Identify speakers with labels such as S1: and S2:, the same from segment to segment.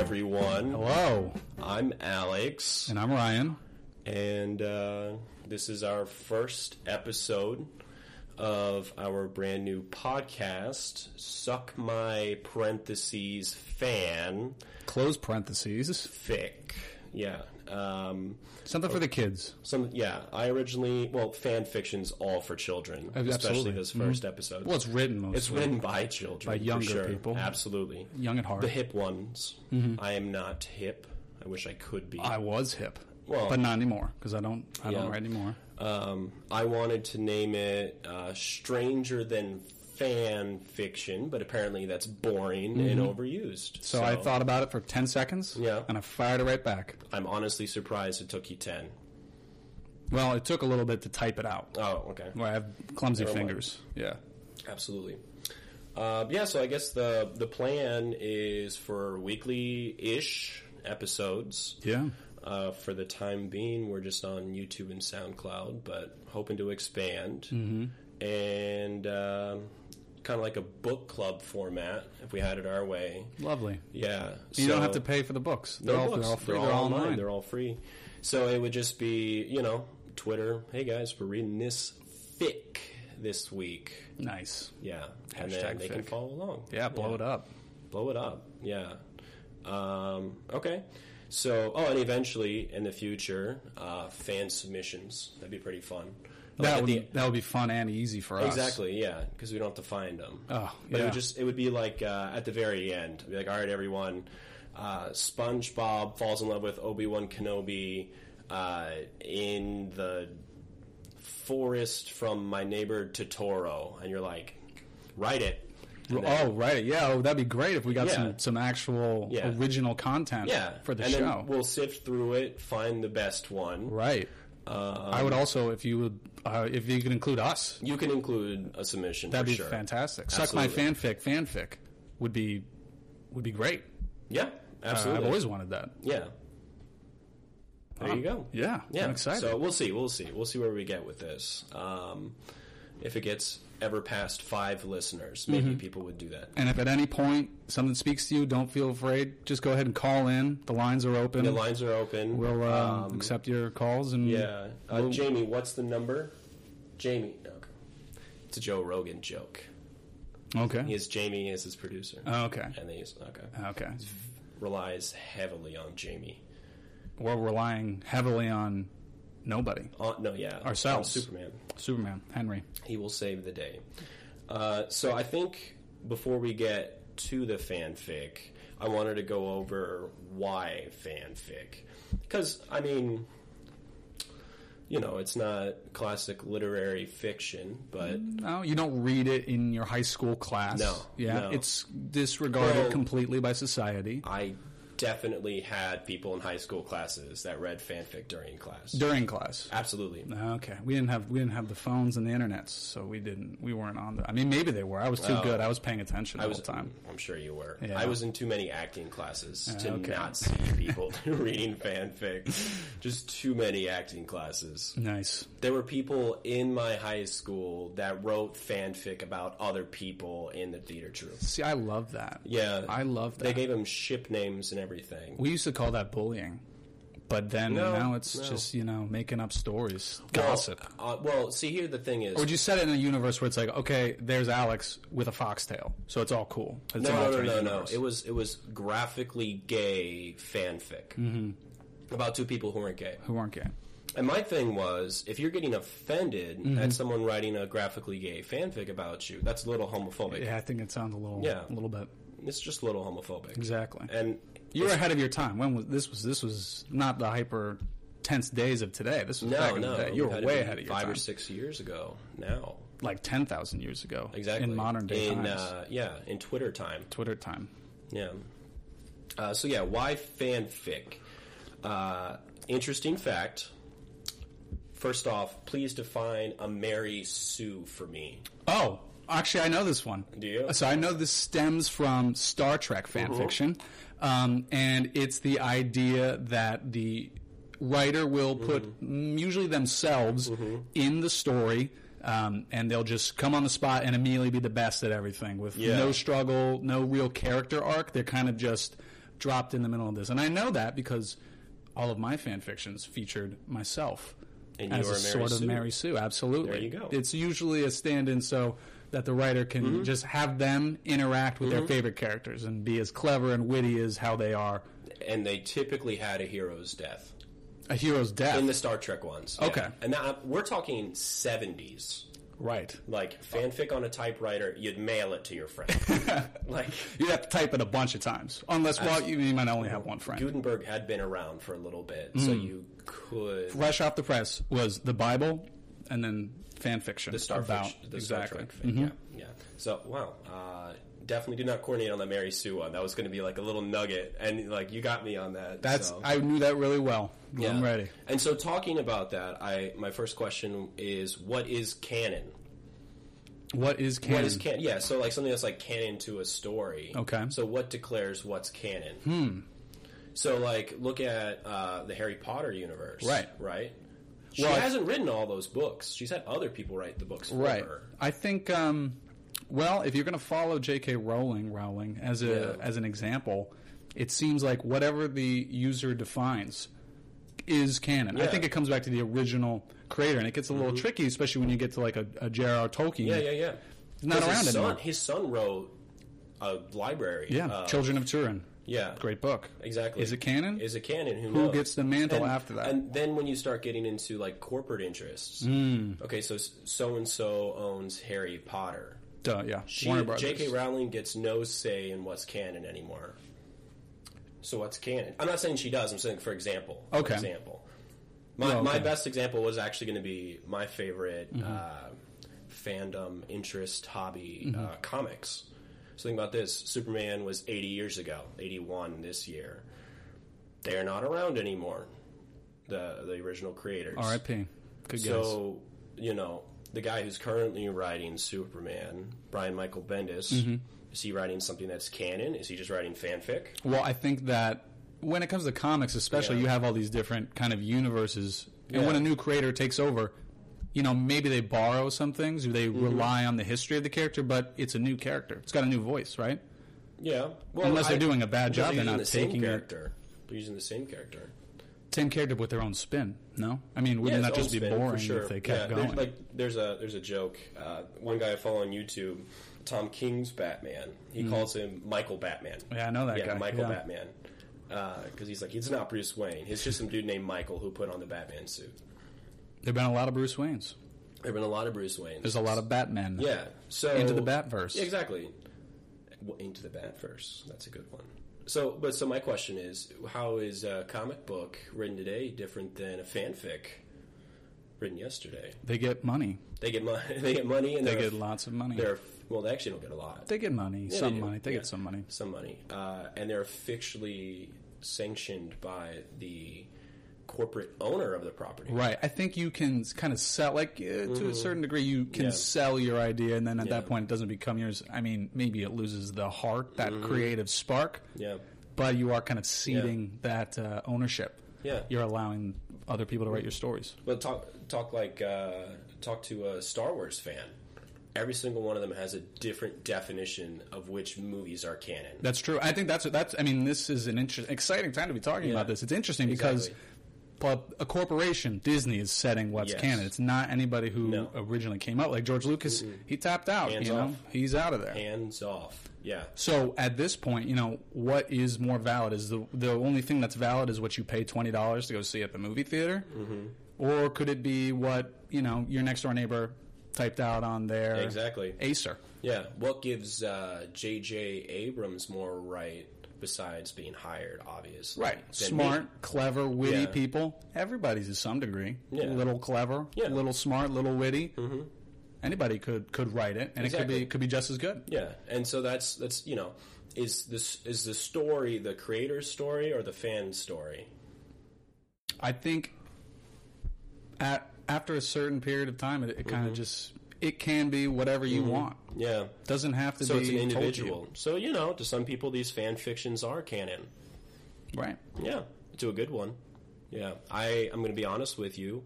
S1: everyone.
S2: Hello,
S1: I'm Alex,
S2: and I'm Ryan.
S1: and uh, this is our first episode of our brand new podcast, Suck My Parentheses Fan
S2: Close parentheses.
S1: Fic. Yeah. Um,
S2: Something for the kids.
S1: some yeah. I originally well, fan fiction's all for children,
S2: Ab-
S1: especially
S2: Uh, absolutely. Mm-hmm.
S1: this 1st episode.
S2: Well, it's written mostly.
S1: it's written by children,
S2: By
S1: for
S2: younger
S1: sure.
S2: people.
S1: Absolutely,
S2: young at heart.
S1: the hip ones. I am not hip. I wish I could be.
S2: I was hip,
S1: Well-
S2: but not anymore because I don't. I
S1: Yeah.
S2: don't write anymore.
S1: Um, I wanted to name it uh, Stranger Than Fan Fiction, but apparently that's boring and overused.
S2: Mm-hmm. So, I thought about it for ten seconds.
S1: Yeah.
S2: and I fired it right back.
S1: I'm honestly surprised it took you 10.
S2: Well, it took a little bit to type it out.
S1: Oh, okay.
S2: Well, I have clumsy
S1: Never mind.
S2: fingers. Yeah.
S1: Absolutely. Uh, yeah, so I guess the, the plan is for weekly ish episodes.
S2: Yeah.
S1: Uh, for the time being, we're just on YouTube and SoundCloud, but hoping to expand
S2: Mm-hmm.
S1: and um kind of like a book club format if we had it our way.
S2: Lovely.
S1: Yeah,
S2: You
S1: so-
S2: don't have to pay for the books. They're,
S1: no
S2: all,
S1: books.
S2: they're all free. They're, all online.
S1: They're all free. So it would just be you know Twitter. Hey guys, we're reading this fic this week.
S2: nice.
S1: Yeah, and then
S2: Hashtag
S1: they can
S2: fic.
S1: follow along.
S2: Yeah, blow it up.
S1: Blow it up. Yeah. Um, okay. So, oh, and eventually in the future, uh, fan submissions. That'd be pretty fun. I like
S2: That would,
S1: the-
S2: that would be fun and easy for us.
S1: Exactly, yeah, because we don't have to find them.
S2: Oh,
S1: but it
S2: yeah.
S1: would just it would be like uh, at the very end, It'd be like, all right, everyone, uh, SpongeBob falls in love with Obi Wan Kenobi uh, in the forest from my neighbor Totoro, and you're like, write it. And then-
S2: Oh, right. Yeah, oh, that'd be great if we got
S1: Yeah.
S2: some, some actual
S1: Yeah.
S2: original content
S1: yeah,
S2: for the
S1: and
S2: show.
S1: Then we'll sift through it, find the best one.
S2: right.
S1: Um,
S2: I would also, if you would, uh, if you could include us,
S1: You can include a submission.
S2: that'd
S1: for
S2: be
S1: sure.
S2: fantastic. Suck my
S1: Absolutely.
S2: fanfic, fanfic would be would be great.
S1: Yeah,
S2: Uh,
S1: absolutely.
S2: I've always wanted that.
S1: yeah. There you go.
S2: Yeah,
S1: Yeah,
S2: I'm excited.
S1: So we'll see. We'll see. We'll see where we get with this. Um, if it gets ever past five listeners, maybe
S2: Mm-hmm.
S1: people would do that.
S2: and if at any point something speaks to you, don't feel afraid. Just go ahead and call in. The lines are open.
S1: The lines are open.
S2: we'll uh, accept your calls and
S1: um, yeah. Uh, Jamie, what's the number? Jamie. Okay. It's a Joe Rogan joke.
S2: Okay.
S1: He has Jamie as his producer.
S2: Oh, okay.
S1: And he's okay.
S2: Okay.
S1: Relies heavily on Jamie.
S2: We're relying heavily on nobody.
S1: On, Uh, no, yeah.
S2: Ourselves.
S1: On Superman.
S2: Superman, Henry.
S1: He will save the day. Uh, so I think before we get to the fanfic, I wanted to go over why fanfic. Because, I mean, you know, it's not classic literary fiction, but
S2: No, you don't read it in your high school class.
S1: No,
S2: Yeah,
S1: no.
S2: it's disregarded
S1: Well-
S2: completely by society.
S1: I definitely had people in high school classes that read fanfic during class.
S2: During class.
S1: Absolutely.
S2: Okay, we didn't have we didn't have the phones and the internets, so we didn't we weren't on. The, I mean, maybe they were. I was too good. I was paying attention
S1: I
S2: all
S1: was,
S2: the time.
S1: I'm sure you were.
S2: Yeah.
S1: I was in too many acting classes to
S2: okay.
S1: not see people reading fanfic. Just too many acting classes.
S2: Nice.
S1: There were people in my high school that wrote fanfic about other people in the theater troupe.
S2: See, I love that.
S1: Yeah,
S2: I love
S1: They
S2: that.
S1: gave them ship names and everything.
S2: we used to call that bullying, but then
S1: No,
S2: now it's
S1: no.
S2: just you know making up stories,
S1: Well,
S2: gossip.
S1: uh, well, see here the thing is.
S2: Would you set it in a universe where it's like, okay, there's Alex with a foxtail, so it's all cool. It's
S1: no,
S2: an
S1: no, no,
S2: alternate
S1: no, no.
S2: universe.
S1: It was it was graphically gay fanfic
S2: Mm-hmm.
S1: about two people who weren't gay.
S2: Who aren't gay?
S1: And my thing was, if you're getting offended
S2: Mm-hmm.
S1: at someone writing a graphically gay fanfic about you, that's a little homophobic.
S2: Yeah, I think it sounds a little,
S1: Yeah.
S2: a little bit
S1: It's just a little homophobic.
S2: exactly.
S1: And
S2: you were ahead of your time. When was this? Was this was not the hyper tense days of today? This was back
S1: no,
S2: in the
S1: no,
S2: day. You
S1: had
S2: were
S1: to
S2: way
S1: be
S2: ahead of your
S1: five
S2: time,
S1: or six years ago now.
S2: like ten thousand years ago,
S1: Exactly
S2: in modern day
S1: in,
S2: times.
S1: Uh, yeah, in Twitter time.
S2: Twitter time.
S1: Yeah. Uh, so yeah, why fanfic? Uh, interesting fact. First off, please define a Mary Sue for me.
S2: Oh, actually, I know this one.
S1: Do you? Mm-hmm.
S2: So I know this stems from Star Trek fan fiction, um, and it's the idea that the writer will put
S1: Mm-hmm.
S2: mm, usually themselves in the story. Um, and they'll just come on the spot and immediately be the best at everything with
S1: Yeah.
S2: no struggle, no real character arc. They're kind of just dropped in the middle of this. And I know that because all of my fan fictions featured myself
S1: And you
S2: as
S1: are
S2: a
S1: Mary
S2: sort of
S1: Sue.
S2: Mary Sue. Absolutely.
S1: There you go. Mm-hmm.
S2: It's usually a stand in so that the writer can just have them interact with their favorite characters and be as clever and witty as how they are.
S1: and they typically had a hero's death
S2: A hero's death.
S1: in the Star Trek ones. yeah.
S2: Okay.
S1: and now we're talking seventies.
S2: right.
S1: Like fanfic on a typewriter, you'd mail it to your friend. like
S2: You'd have to type it a bunch of times. Unless, well, you, you might only have one friend.
S1: Gutenberg had been around for a little bit, so
S2: Hmm.
S1: you could
S2: Fresh off the press was the Bible and then fan fiction.
S1: the Star
S2: about,
S1: fic- the
S2: exactly. Mm-hmm.
S1: Star Trek thing. Yeah, yeah. So wow, uh, definitely did not coordinate on the Mary Sue one. That was going to be like a little nugget, and like you got me on that.
S2: That's
S1: so.
S2: I knew that really well. I'm ready.
S1: And so talking about that, I my first question is what is canon?
S2: What is canon?
S1: What is canon? Yeah, so like something that's like canon to a story.
S2: Okay.
S1: So what declares what's canon? Hmm. So like look at uh, the Harry Potter universe.
S2: Right.
S1: Right. She
S2: Well, I-
S1: hasn't written all those books. She's had other people write the books for
S2: right?
S1: her.
S2: I think. Um, well, if you're going to follow J.K. Rowling, Rowling as a
S1: Yeah.
S2: as an example, it seems like whatever the user defines is canon. I
S1: Yeah. Mm-hmm.
S2: think it comes back to the original creator, and it gets a little tricky, especially when you get to like a, a J.R.R. Tolkien.
S1: Yeah, yeah, yeah.
S2: Not
S1: 'Cause
S2: around
S1: his
S2: anymore.
S1: Son, his son wrote a library.
S2: Yeah,
S1: uh,
S2: Children of Turin,
S1: Yeah.
S2: great book.
S1: Exactly.
S2: Is it canon?
S1: Is it canon? Who,
S2: Who
S1: knows?
S2: gets the mantle
S1: And-
S2: after that?
S1: And then when you start getting into like corporate interests,
S2: Hmm.
S1: okay, so so and so owns Harry Potter.
S2: Duh, yeah,
S1: She-
S2: Warner Brothers.
S1: J.K. Rowling gets no say in what's canon anymore. So what's canon? I'm not saying she does. I'm saying, for example, for
S2: Okay.
S1: example. My,
S2: Well,
S1: my
S2: okay. Mm-hmm.
S1: best example was actually going to be my favorite uh, fandom interest hobby
S2: Mm-hmm.
S1: uh, comics. So think about this: Superman was 80 years ago, 81 this year. They're not around anymore. The the original creators.
S2: R.I.P. Good guess.
S1: So, you know, the guy who's currently writing Superman, Brian Michael Bendis,
S2: Mm-hmm.
S1: is he writing something that's canon? Is he just writing fanfic?
S2: Well, I think that when it comes to comics, especially,
S1: Yeah.
S2: you have all these different kind of universes, and
S1: Yeah.
S2: when a new creator takes over, you know, maybe they borrow some things, or they
S1: Mm-hmm.
S2: rely on the history of the character, but it's a new character. It's got a new voice, right?
S1: Yeah. Well,
S2: Unless they're doing a bad
S1: but
S2: job, they're
S1: using
S2: not
S1: the same
S2: taking it.
S1: character. They're using the same character.
S2: Same character with their own spin. No, I mean, wouldn't
S1: Yeah,
S2: that
S1: it's
S2: just
S1: old
S2: be
S1: spin, for
S2: boring
S1: sure.
S2: if they kept
S1: Yeah,
S2: going?
S1: There's, like there's a there's a joke. Uh, one guy I follow on YouTube, Tom King's Batman. He calls him Michael Batman.
S2: Mm-hmm. Yeah, I know that
S1: yeah,
S2: guy,
S1: Michael
S2: yeah.
S1: Batman. Because he's like, it's not Bruce Wayne. It's just some dude named Michael who put on the Batman suit.
S2: There've been a lot of Bruce Waynes.
S1: There have been a lot of Bruce Waynes.
S2: There's a lot of Batmen.
S1: Yeah. So
S2: Into the Batverse.
S1: Yeah, exactly. Well, into the Batverse. That's a good one. So, but so my question is, how is a comic book written today different than a fanfic written yesterday?
S2: They get money.
S1: They get money. They get money, and
S2: They
S1: they're-
S2: get lots of money.
S1: They're well, they actually don't get a lot.
S2: They get money.
S1: Yeah,
S2: some
S1: they do.
S2: money. They
S1: Yeah.
S2: get some money.
S1: Some money, uh, and they're officially sanctioned by the corporate owner of the property.
S2: Right. I think you can kind of sell, like uh, to a certain degree, you can
S1: Mm-hmm. Yeah.
S2: sell your idea, and then at
S1: Yeah.
S2: that point, it doesn't become yours. I mean, maybe it loses the heart, that
S1: Mm-hmm.
S2: creative spark,
S1: Yeah.
S2: but you are kind of ceding that uh, ownership.
S1: Yeah.
S2: You're allowing other people to write your stories.
S1: But talk talk like uh, talk to a Star Wars fan. Every single one of them has a different definition of which movies are canon.
S2: That's true. I think that's that's. I mean, this is an inter- exciting time to be talking about this. It's interesting because.
S1: Exactly.
S2: But a corporation, Disney, is setting what's
S1: Yes.
S2: canon. It's not anybody who
S1: No.
S2: originally came up. Like George Lucas, he tapped out.
S1: Hands
S2: you know,
S1: off.
S2: he's out of there.
S1: Hands off. Yeah.
S2: So at this point, you know what is more valid is the the only thing that's valid is what you pay twenty dollars to go see at the movie theater,
S1: Mm-hmm.
S2: or could it be what you know your next door neighbor typed out on their
S1: Exactly.
S2: Acer?
S1: Yeah. What gives uh, J.J. Abrams more right besides being hired? Obviously, than
S2: smart,
S1: me?
S2: clever, witty
S1: Yeah.
S2: people. Everybody's to some degree.
S1: Yeah.
S2: A little clever,
S1: Yeah.
S2: a little smart, a little witty. Mm-hmm. Anybody could could write it, and it could
S1: Exactly.
S2: be could be just as good.
S1: Yeah. And so that's that's you know, is this is the story the creator's story or the fan's story?
S2: I think at after a certain period of time, it, it
S1: Mm-hmm.
S2: kind of just it can be whatever you want.
S1: Yeah.
S2: Doesn't have to
S1: So
S2: be
S1: it's an
S2: told to you.
S1: individual. So you know, to some people, these fan fictions are canon.
S2: right?
S1: Yeah, to a good one. Yeah, I I'm going to be honest with you.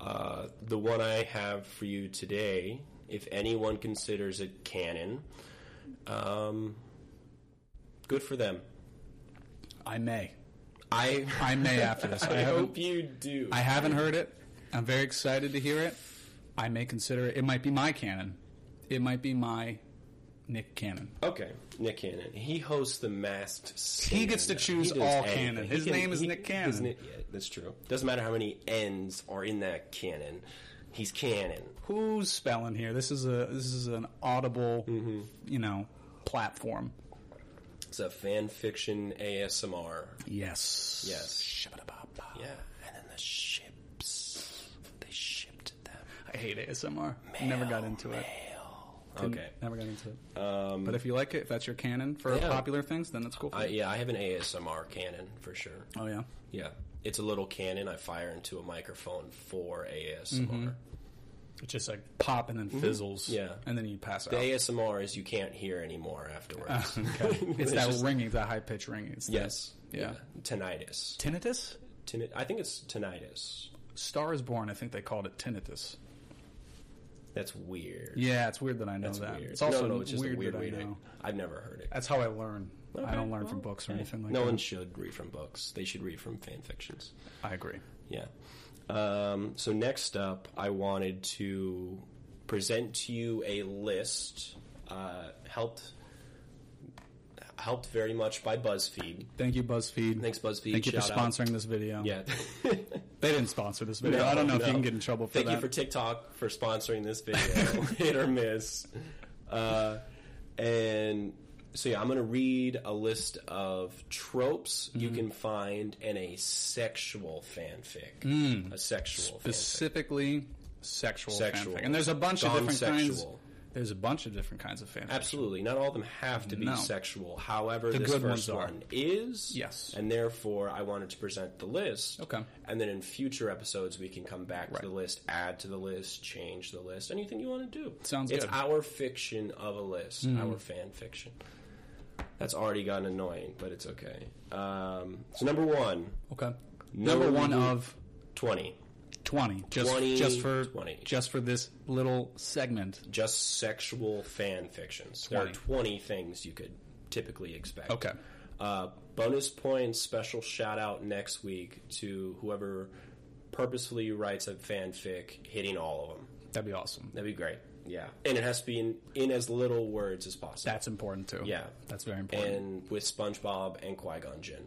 S1: Uh, the one I have for you today, if anyone considers it canon, um, good for them.
S2: I may.
S1: I
S2: I may after this. I,
S1: I
S2: haven't.
S1: hope you do.
S2: I haven't heard it. I'm very excited to hear it. I may consider it. It might be my canon. It might be my Nick canon.
S1: okay, Nick Cannon. He hosts the Masked Singer.
S2: He gets to choose
S1: does
S2: all
S1: everything.
S2: canon.
S1: He
S2: His name is Nick Cannon.
S1: his na- yeah, that's true. Doesn't matter how many N's are in that canon. He's canon.
S2: Who's spelling here? This is a this is an audible,
S1: Mm-hmm.
S2: you know, platform.
S1: It's a fan fiction ASMR.
S2: Yes.
S1: Yes.
S2: Shabba-dabba.
S1: Yeah, and then the ships. They shipped them.
S2: I hate ASMR. Never got into it.
S1: Okay.
S2: Never got into it. Um, but if you like it, if that's your canon for
S1: Yeah.
S2: popular things, then that's cool. For
S1: I,
S2: you.
S1: yeah, I have an ASMR cannon for sure.
S2: Oh yeah.
S1: Yeah, it's a little cannon I fire into a microphone for ASMR.
S2: Mm-hmm. It's just like pop and then fizzles.
S1: Mm-hmm. Yeah.
S2: And then you pass
S1: The
S2: out.
S1: ASMR is you can't hear anymore afterwards.
S2: It's that
S1: just-
S2: ringing, that high pitch ringing. It's the-
S1: yes.
S2: Yeah.
S1: Tinnitus.
S2: Tinnitus?
S1: Tin- I think it's tinnitus.
S2: Star is Born, I think they called it tinnitus.
S1: That's weird.
S2: Yeah, it's weird that I know
S1: That's
S2: that.
S1: weird.
S2: It's also
S1: no, no, it's just
S2: weird,
S1: a weird
S2: that
S1: way
S2: I
S1: to.
S2: know.
S1: I've never heard it.
S2: That's how I learn. I
S1: Okay,
S2: don't learn from
S1: well,
S2: books or
S1: hey.
S2: anything like
S1: no
S2: that.
S1: one should read from books. They should read from fan fictions.
S2: I agree.
S1: Yeah. Um, so next up, I wanted to present to you a list uh, helped helped very much by BuzzFeed.
S2: Thank you, BuzzFeed.
S1: Thanks, BuzzFeed.
S2: Thank you for
S1: Shout out.
S2: sponsoring this video.
S1: Yeah.
S2: They didn't sponsor this video. I don't know if
S1: no.
S2: you can get in trouble for
S1: Thank
S2: that.
S1: you for TikTok for sponsoring this video. Hit or miss. Uh, and so yeah, I'm going to read a list of tropes you
S2: Mm.
S1: can find in a sexual fanfic.
S2: Mm.
S1: A sexual fanfic.
S2: specifically sexual,
S1: Sexual.
S2: fanfic. And there's a bunch of different kinds.
S1: Non-sexual.
S2: There's a bunch of different kinds of fanfic.
S1: Absolutely. Not all of them have to be
S2: No.
S1: sexual. However, this
S2: good
S1: first
S2: ones are.
S1: one is.
S2: Yes.
S1: And therefore, I wanted to present the list.
S2: Okay.
S1: And then in future episodes, we can come back
S2: Right.
S1: to the list, add to the list, change the list, anything you want to do.
S2: Sounds
S1: it's
S2: good. Mm-hmm.
S1: our fiction of a list, our fan fiction. That's already gotten annoying, but it's okay. Um, so, number one,
S2: Okay.
S1: No
S2: Number one
S1: review.
S2: of
S1: 20.
S2: twenty. Just
S1: 20,
S2: just for
S1: 20.
S2: just for this little segment.
S1: Just sexual fan fictions. There are
S2: 20.
S1: 20 things you could typically expect.
S2: Okay.
S1: Uh, bonus points, special shout out next week to whoever purposefully writes a fanfic hitting all of them.
S2: That'd be awesome.
S1: That'd be great. Yeah. And it has to be in, in as little words as possible.
S2: That's important too.
S1: Yeah.
S2: That's very important.
S1: and with SpongeBob and Qui Gon Jinn.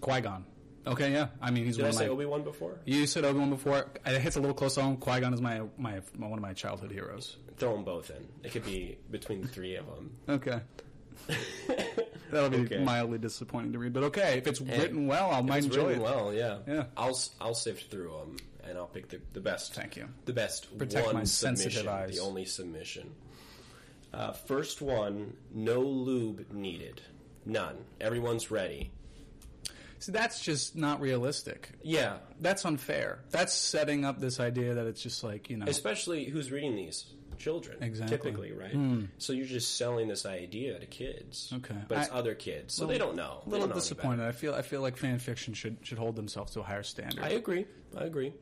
S2: Qui Gon. Okay, yeah. I mean he's
S1: Did
S2: one
S1: I
S2: of my
S1: say Obi Wan before?
S2: You said Obi Wan before. It hits a little close to home. Qui Gon is my, my my one of my childhood heroes.
S1: Throw them both in. It could be between the three of them.
S2: Okay. That'll be
S1: Okay.
S2: mildly disappointing to read, but okay. If it's written well, I might
S1: It's
S2: enjoy
S1: really
S2: it.
S1: well, yeah.
S2: Yeah.
S1: I'll s- I'll sift through them and I'll pick the, the best.
S2: Thank you.
S1: The best
S2: Protect
S1: one
S2: my sensitive
S1: submission,
S2: eyes.
S1: the only submission. Uh, first one, no lube needed. None. Everyone's ready.
S2: See, that's just not realistic.
S1: Yeah.
S2: That's unfair. That's setting up this idea that it's just like you know.
S1: Especially who's reading these? Children.
S2: Exactly. Hmm.
S1: Typically, right? So you're just selling this idea to kids.
S2: Okay.
S1: But it's
S2: I-
S1: other kids, so they don't know.
S2: a
S1: They don't
S2: little
S1: know any better.
S2: disappointed. I feel I feel like fan fiction should should hold themselves to a higher standard.
S1: I agree. I agree.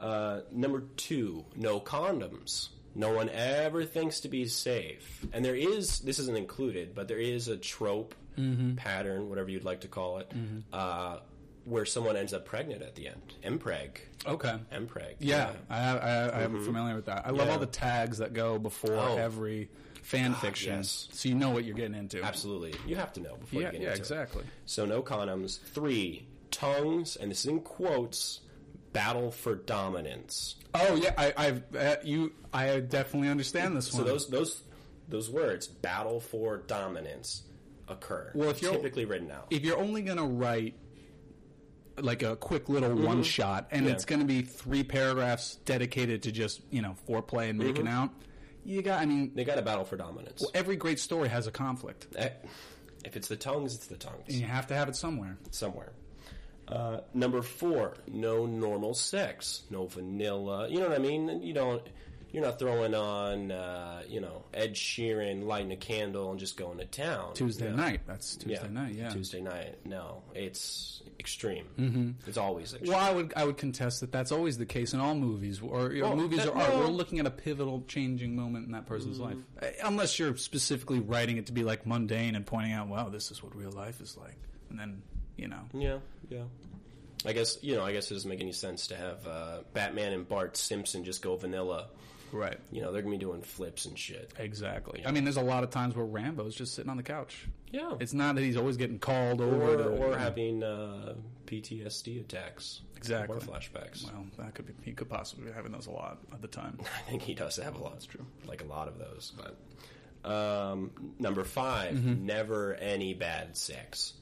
S1: Uh, number two, no condoms. No one ever thinks to be safe. And there is, this isn't included, but there is a trope,
S2: Mm-hmm.
S1: pattern, whatever you'd like to call it, uh, where someone ends up pregnant at the end. Mpreg.
S2: okay.
S1: Mpreg.
S2: Yeah, I, I, I'm familiar with that. I love
S1: Mm-hmm. Yeah.
S2: all the tags that go before
S1: Oh. Ah,
S2: every fan fiction,
S1: yes.
S2: so you know what you're getting into.
S1: Absolutely. You have to know before
S2: Yeah,
S1: you get
S2: yeah,
S1: into it.
S2: exactly.
S1: So no condoms. Three, tongues, and this is in quotes, battle for dominance.
S2: Oh yeah, I, I've uh, you. I definitely understand this
S1: So
S2: one.
S1: those those those words, battle for dominance, occur.
S2: Well, if you're-
S1: typically written out,
S2: if you're only gonna write like a quick little one shot, and
S1: Mm-hmm. Yeah.
S2: it's gonna be three paragraphs dedicated to just you know foreplay and making
S1: Mm-hmm.
S2: out, you got. I mean,
S1: they got a battle for dominance.
S2: every great story has a conflict.
S1: Eh, If it's the tongues, it's the tongues
S2: You have to have it somewhere.
S1: somewhere. Uh, number four, no normal sex, no vanilla. You know what I mean? You don't. You're not throwing on, uh, you know, Ed Sheeran lighting a candle and just going to town.
S2: Tuesday
S1: No.
S2: night. That's Tuesday night. Yeah.
S1: Tuesday night. No, it's extreme. Mm-hmm. It's always extreme.
S2: Well, I would I would contest that that's always the case in all movies or you know,
S1: Well,
S2: movies
S1: that-
S2: or art.
S1: no. Mm-hmm.
S2: We're looking at a pivotal, changing moment in that person's life, Uh, unless you're specifically writing it to be like mundane and pointing out, "Wow, this is what real life is like," and then you know.
S1: Yeah, yeah. I guess you know. I guess it doesn't make any sense to have uh, Batman and Bart Simpson just go vanilla.
S2: Right.
S1: You know, they're gonna be doing flips and shit.
S2: Exactly. I mean, there's a lot of times where Rambo's just sitting on the couch.
S1: Yeah.
S2: It's not that he's always getting called over
S1: or
S2: to,
S1: or having uh, PTSD attacks.
S2: Exactly.
S1: Or flashbacks.
S2: Well, that could be he could possibly be having those a lot at the time.
S1: I think he does have a lot. That's true. Like a lot of those. But um, number 5
S2: Mm-hmm.
S1: never any bad sex.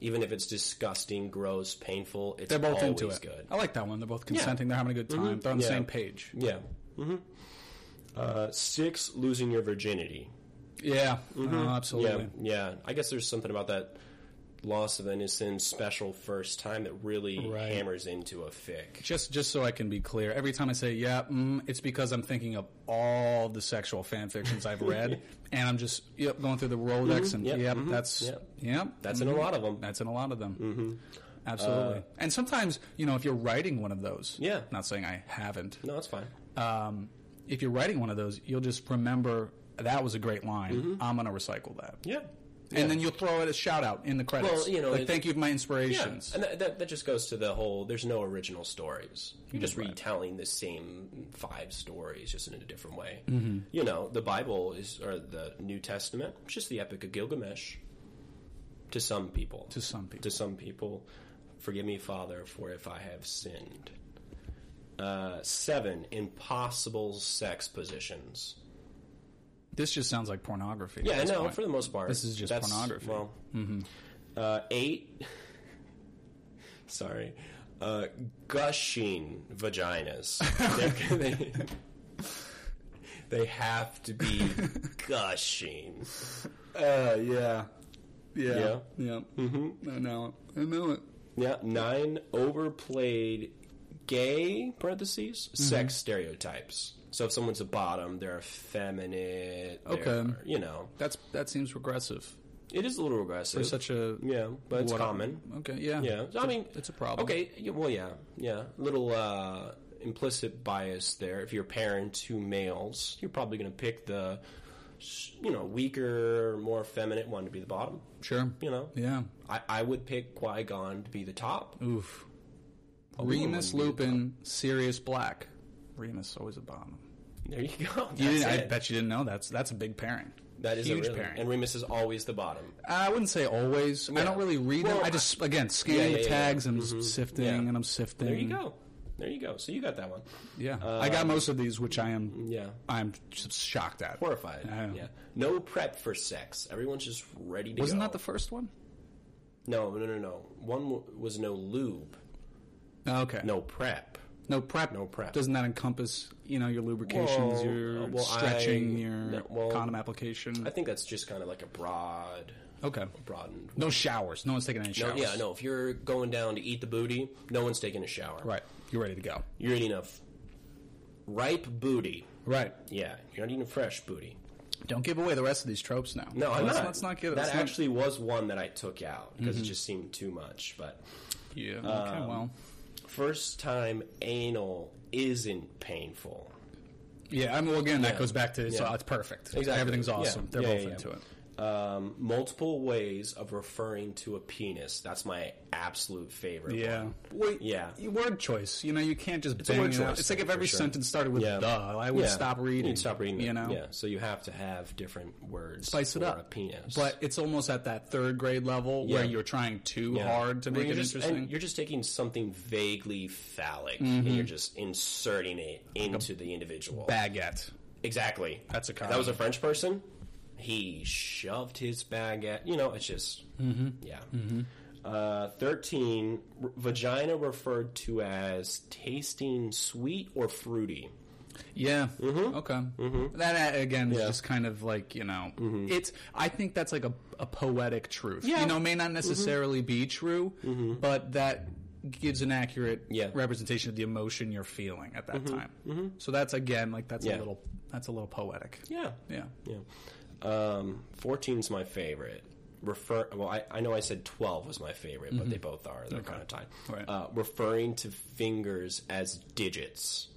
S1: Even if it's disgusting, gross, painful, it's
S2: They're both
S1: always
S2: into it.
S1: good. Mm-hmm.
S2: I like that one. They're both consenting. They're having a good time. They're on the
S1: Yeah.
S2: same page.
S1: Yeah. hmm Uh, six, losing your virginity.
S2: Yeah.
S1: Mm-hmm.
S2: Oh,
S1: Yeah,
S2: absolutely.
S1: yeah. I guess there's something about that loss of innocence special first time that really
S2: Right.
S1: hammers into a fic.
S2: Just just so I can be clear, every time I say yeah, mm, it's because I'm thinking of all the sexual fan fictions I've read, and I'm just yep going through the Rolodex and
S1: yep,
S2: yep,
S1: mhm,
S2: that's
S1: yep.
S2: yep,
S1: That's
S2: Mm-hmm.
S1: in a lot of them.
S2: That's in a lot of them. Mm-hmm. Absolutely. and sometimes, you know, if you're writing one of those,
S1: Yeah.
S2: Not saying I haven't.
S1: No, that's fine.
S2: Um, if you're writing one of those, you'll just remember that was a great line. I'm gonna recycle that.
S1: Mm-hmm. Yeah.
S2: And then you'll throw it as shout out in the credits.
S1: Well, you know,
S2: like
S1: it-
S2: thank you for my
S1: Yeah,
S2: inspirations.
S1: and that, that, that just goes to the whole. There's no original stories. You're just retelling the same five stories, just in a different way.
S2: Mm-hmm.
S1: You know, the Bible is or the New Testament. It's just the Epic of Gilgamesh. To some people,
S2: To some people.
S1: to some people, forgive me, Father, for if I have sinned. Uh, seven impossible sex positions.
S2: This just sounds like pornography.
S1: Yeah,
S2: at this
S1: no,
S2: point.
S1: for the most part,
S2: This is just
S1: That's-
S2: pornography. Mm-hmm.
S1: Well, uh, eight. sorry, uh, gushing vaginas. They're- they, they have to be gushing.
S2: Uh, yeah.
S1: Yeah.
S2: Yeah. Yeah. Mm-hmm. I know it. I know it.
S1: Yeah, nine overplayed gay parentheses
S2: Mm-hmm.
S1: sex stereotypes. So if someone's a bottom, they're effeminate. they're-
S2: Okay.
S1: you know,
S2: That's that seems regressive
S1: it is a little aggressive.
S2: for such a
S1: yeah, but it's
S2: what-
S1: common.
S2: Okay, yeah,
S1: Yeah, I mean,
S2: it's a problem.
S1: Okay, yeah, well, yeah, yeah. Little uh, implicit bias there. If you're a parent to males, you're probably going to pick the, you know, weaker, more effeminate one to be the bottom.
S2: sure.
S1: You know,
S2: Yeah, Mm.
S1: I, I would pick Qui Gon to be the top.
S2: oof.
S1: Obi-Wan
S2: Remus
S1: would be
S2: Lupin, Sirius Black. Remus always a bottom.
S1: the- There you go. That's
S2: You didn't, I
S1: it.
S2: bet you didn't know that's that's a big pairing.
S1: that is a
S2: huge
S1: really-
S2: pairing.
S1: And Remus is always the bottom.
S2: I wouldn't say always. I don't really read
S1: Well,
S2: them. I just again scan
S1: yeah, yeah,
S2: the
S1: yeah.
S2: tags and I'm sifting
S1: Yeah.
S2: and I'm sifting.
S1: There you go. Uh, There you go. So you got that one.
S2: Yeah, I got most of these, which I am
S1: Yeah.
S2: I'm just shocked at.
S1: Horrified.
S2: Oh.
S1: Yeah. No prep for sex. Everyone's just ready to
S2: Wasn't
S1: go.
S2: that the first one?
S1: No, no, no, no. One w- was no lube,
S2: Oh, Okay.
S1: no prep.
S2: No prep.
S1: No prep.
S2: Doesn't that encompass, you know, your
S1: Well,
S2: lubrications, your
S1: uh, well,
S2: stretching,
S1: I-
S2: your
S1: no, well,
S2: condom application?
S1: I think that's just kind of like a broad,
S2: okay.
S1: broadened.
S2: No showers. No one's taking any
S1: No,
S2: showers.
S1: yeah, no. If you're going down to eat the booty, no one's taking a shower.
S2: Right. You're ready to go.
S1: You're eating a f- ripe booty.
S2: Right.
S1: Yeah, you're not eating fresh booty.
S2: Don't give away the rest of these tropes now.
S1: No, I'm
S2: let's,
S1: not.
S2: Let's not give
S1: that.
S2: let's not- Mm-hmm.
S1: Actually, was one that I took out because it just seemed too much. But
S2: Yeah.
S1: Um,
S2: Okay. Well.
S1: first time anal isn't painful.
S2: Yeah. I mean, well, again, that
S1: yeah.
S2: goes back to so
S1: Yeah.
S2: it's perfect.
S1: Exactly.
S2: Everything's
S1: Yeah.
S2: awesome. They're
S1: Yeah,
S2: both
S1: yeah, yeah.
S2: into it.
S1: Um, multiple ways of referring to a penis. That's my absolute favorite.
S2: Yeah.
S1: one.
S2: Wait.
S1: Yeah.
S2: y- Word choice. You know, you can't just it's
S1: a
S2: bang
S1: word
S2: it out.
S1: choice
S2: It's like if
S1: thing,
S2: every
S1: for sure.
S2: sentence started with
S1: Yeah.
S2: "duh," I would
S1: Yeah.
S2: stop reading.
S1: You'd stop reading.
S2: You
S1: it.
S2: know.
S1: yeah. So you have to have different words.
S2: spice it
S1: for
S2: up.
S1: A penis,
S2: But it's almost at that third grade level where
S1: Yeah.
S2: you're trying too
S1: Yeah.
S2: hard to
S1: Where
S2: make
S1: you're
S2: it
S1: just, and
S2: interesting. Mm-hmm.
S1: You're just taking something vaguely phallic and you're just inserting it into the individual.
S2: Baguette.
S1: Exactly.
S2: That's a
S1: If That was a French person. He shoved his bag at you know. It's just
S2: Mm-hmm.
S1: yeah. Uh, Thirteen r- vagina referred to as tasting sweet or fruity.
S2: Yeah. Okay. That uh, again is
S1: Mm-hmm. Yeah. Mm-hmm.
S2: just kind of like you know, it's. I think that's like a, a poetic truth.
S1: Yeah. Mm-hmm.
S2: You know, may not necessarily be true, but that gives an accurate
S1: Yeah. Mm-hmm.
S2: representation of the emotion you're feeling at that time. So that's again like that's
S1: Yeah.
S2: a little that's a little poetic.
S1: Yeah.
S2: Yeah.
S1: Yeah. Um, 14's my favorite. Refer well, I, I know I said twelve was my favorite, but they
S2: Mm-hmm.
S1: both are. They're kind of tied.
S2: Right.
S1: Uh, referring to fingers as digits.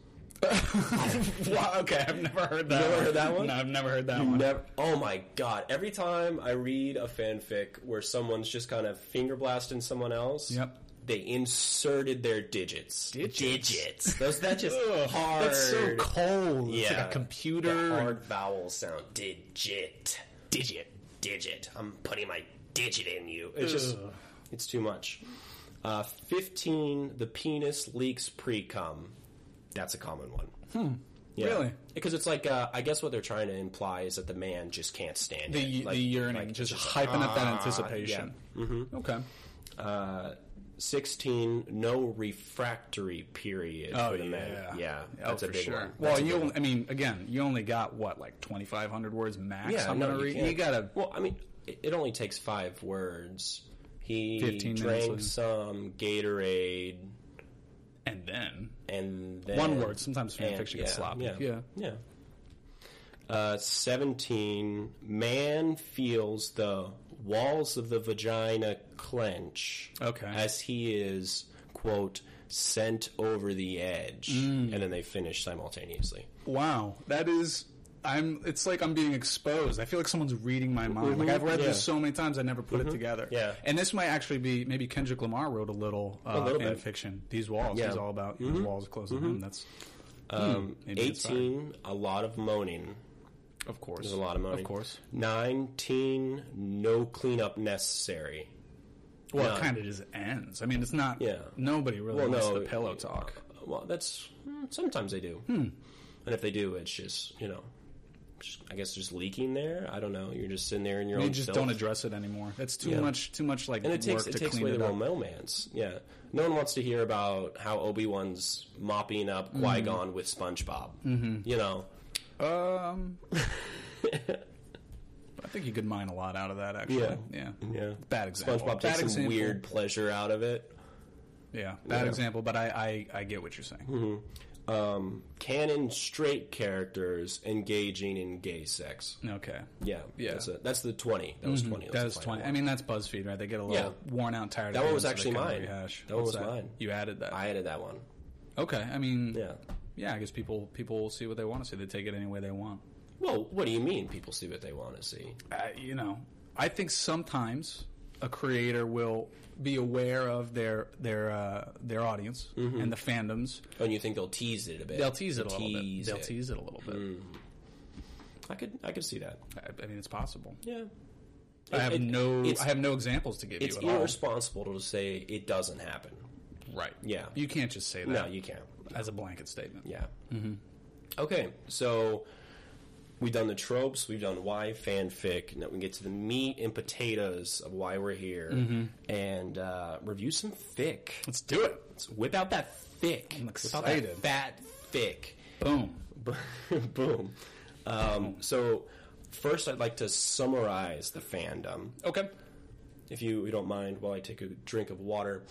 S2: wow, okay, I've never heard that.
S1: Never
S2: one.
S1: heard that one?
S2: No, I've never heard that one.
S1: Never, oh my god! Every time I read a fanfic where someone's just kind of finger blasting someone else,
S2: Yep.
S1: they inserted their digits.
S2: Digits?
S1: Digits. Those that just
S2: Ugh,
S1: hard.
S2: That's so cold. It's like
S1: Yeah.
S2: a computer.
S1: The hard vowel sound. Digit. Digit. Digit. I'm putting my digit in you. It's just,
S2: Ugh.
S1: it's too much. Uh, 15, the penis leaks pre cum. That's a common one. Hmm. Yeah.
S2: Really?
S1: Because it's like, uh, I guess what they're trying to imply is that the man just can't stand
S2: the,
S1: it. Like,
S2: the yearning,
S1: like,
S2: just,
S1: it's
S2: hyping up that
S1: "Ah,"
S2: anticipation. Mm-hmm. Okay.
S1: 16, no refractory period
S2: Oh
S1: for the
S2: yeah.
S1: man. Yeah.
S2: Oh,
S1: That's a
S2: for
S1: big
S2: sure.
S1: one.
S2: Well, you. only- I mean, again, you only got what like twenty five hundred words max. I'm
S1: no,
S2: gonna read. You
S1: can't.
S2: gotta.
S1: Well, I mean, it it only takes five words. He
S2: 15 minutes
S1: drank
S2: later.
S1: some Gatorade
S2: And then
S1: and then
S2: one word. Sometimes fan
S1: and-
S2: fiction gets sloppy.
S1: Yeah, yeah. Uh, Seventeen. Man feels the walls of the vagina clench.
S2: Okay.
S1: As he is quote sent over the edge,
S2: Mm.
S1: and then they finish simultaneously.
S2: Wow, that is. I'm. It's like I'm being exposed. I feel like someone's reading my mind. Like I've read
S1: Yeah. Mm-hmm.
S2: this so many times, I never put it together.
S1: Yeah.
S2: And this might actually be maybe Kendrick Lamar wrote a little, uh,
S1: little
S2: fan
S1: bit.
S2: fiction. These walls.
S1: Yeah. Mm-hmm.
S2: He's all about you know, walls closing in. That's hmm,
S1: Um,
S2: maybe inspired.
S1: Eighteen. A lot of moaning.
S2: of course.
S1: There's a lot of money.
S2: Of course.
S1: 19, no cleanup necessary.
S2: Well,
S1: Yeah.
S2: it kind of just ends. I mean, it's not.
S1: Yeah.
S2: Nobody really
S1: Well,
S2: wants
S1: no,
S2: the pillow talk.
S1: Well, that's mm, sometimes they do.
S2: Hmm.
S1: And if they do, it's just, you know, just, I guess just leaking there. I don't know. You're just sitting there in your
S2: They
S1: own
S2: just
S1: filth.
S2: don't address it anymore. That's too
S1: Yeah.
S2: much. Too much like
S1: and it takes
S2: work
S1: it
S2: to
S1: takes
S2: clean
S1: away
S2: it
S1: the
S2: up.
S1: romance. Yeah. No one wants to hear about how Obi-Wan's mopping up
S2: Hmm.
S1: Qui-Gon with SpongeBob. Mm-hmm. You know.
S2: Um, I think you could mine a lot out of that. Actually, yeah,
S1: Yeah. Yeah.
S2: Bad example.
S1: SpongeBob
S2: bad
S1: takes some
S2: example.
S1: weird pleasure out of it.
S2: Yeah, bad
S1: Yeah. Mm-hmm.
S2: example. But I, I, I get what you're saying.
S1: Um, canon straight characters engaging in gay sex.
S2: Okay,
S1: Yeah,
S2: Yeah. Mm-hmm.
S1: That's, a, that's the twenty. That was twenty.
S2: that
S1: the
S2: was
S1: final
S2: twenty. I
S1: one.
S2: mean, that's BuzzFeed, right? They get a little
S1: Yeah.
S2: worn out, tired.
S1: That
S2: of
S1: one
S2: it,
S1: was
S2: so they
S1: actually
S2: kinda
S1: mine.
S2: Rehash.
S1: That one
S2: What's
S1: was mine.
S2: You added that.
S1: I added that one.
S2: okay, I mean, yeah.
S1: Yeah.
S2: I guess people people will see what they want to see. They take it any way they want.
S1: Well, what do you mean? People see what they want to see.
S2: uh, you know, I think sometimes a creator will be aware of their their uh, their audience and the fandoms.
S1: Oh, and you think Mm-hmm. they'll tease it a bit?
S2: They'll tease it a little bit.
S1: Tease
S2: They'll
S1: it.
S2: tease it a little bit.
S1: I could. I could see that.
S2: I, I mean, it's possible.
S1: Yeah.
S2: I have
S1: It-
S2: no
S1: It's,
S2: I have no examples to give
S1: it's
S2: you at all.
S1: irresponsible to say it doesn't happen.
S2: Right?
S1: Yeah.
S2: You can't just say
S1: No,
S2: that
S1: you can't.
S2: as a blanket statement.
S1: Yeah. Mm-hmm. Okay, so we've done the tropes, we've done why fanfic. Now we can get to the meat and potatoes of why we're here
S2: Mm-hmm.
S1: and uh, review some fic.
S2: Let's do it.
S1: Let's whip out that fic.
S2: I'm
S1: Whip out that
S2: excited.
S1: fat fic.
S2: Boom.
S1: Boom. Um, so first, I'd like to summarize the fandom
S2: Okay.
S1: if you, you don't mind, while I take a drink of water,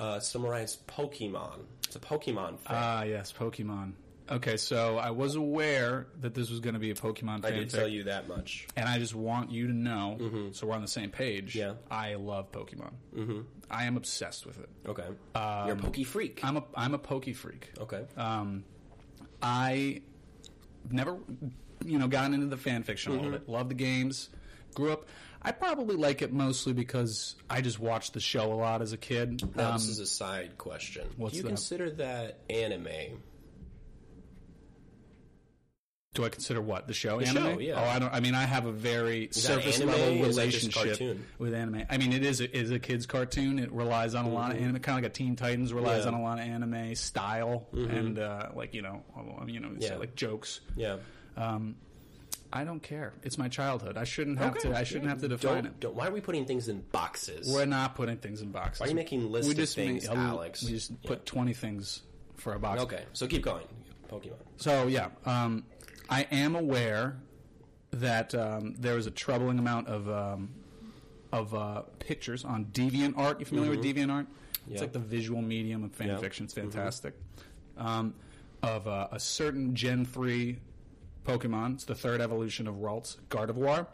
S1: uh, summarize Pokemon. It's a Pokemon fan.
S2: Ah, yes, Pokemon. Okay, so I was aware that this was going to be a Pokemon.
S1: I did
S2: fanfic,
S1: tell you that much.
S2: and I just want you to know, so we're on the same page.
S1: Yeah.
S2: I love Pokemon. Mm-hmm. I am obsessed with it.
S1: Okay.
S2: Um,
S1: You're a Poke freak.
S2: I'm a I'm a Poke freak.
S1: okay.
S2: I never, you know, gotten into the fan fiction a little
S1: Mm-hmm.
S2: bit. Loved the games. Grew up. I probably like it mostly because I just watched the show a lot as a kid.
S1: Now,
S2: Um,
S1: this is a side question.
S2: what's
S1: Do you
S2: that?
S1: consider that anime?
S2: do I consider what the show?
S1: show,
S2: anime?
S1: yeah.
S2: Oh, I don't. I mean, I have a very
S1: that
S2: surface
S1: anime
S2: level
S1: or is that just
S2: relationship
S1: cartoon?
S2: with anime. I mean, it is a, is a kids cartoon. It relies on a lot of anime, kind of like a Teen Titans
S1: Mm-hmm. Yeah.
S2: relies
S1: Mm-hmm.
S2: on a lot of anime style and uh, like you know, um, you know,
S1: Yeah.
S2: like jokes.
S1: Yeah.
S2: I don't care. It's my childhood. I shouldn't have
S1: Okay.
S2: to. I shouldn't have to define it.
S1: Don't, don't, why are we putting things in boxes?
S2: We're not putting things in boxes. Why
S1: are you making lists of things, Alex?
S2: We just put twenty things for a box.
S1: okay, so keep going. Pokemon.
S2: So yeah, um, I am aware that um, there was a troubling amount of um, of uh, pictures on DeviantArt. You familiar with DeviantArt? It's
S1: Mm-hmm. Yeah.
S2: like the visual medium of fan
S1: Yeah. Mm-hmm.
S2: fiction. It's fantastic. Um, of uh, a certain Gen three Pokemon. It's the third evolution of Ralts, Gardevoir.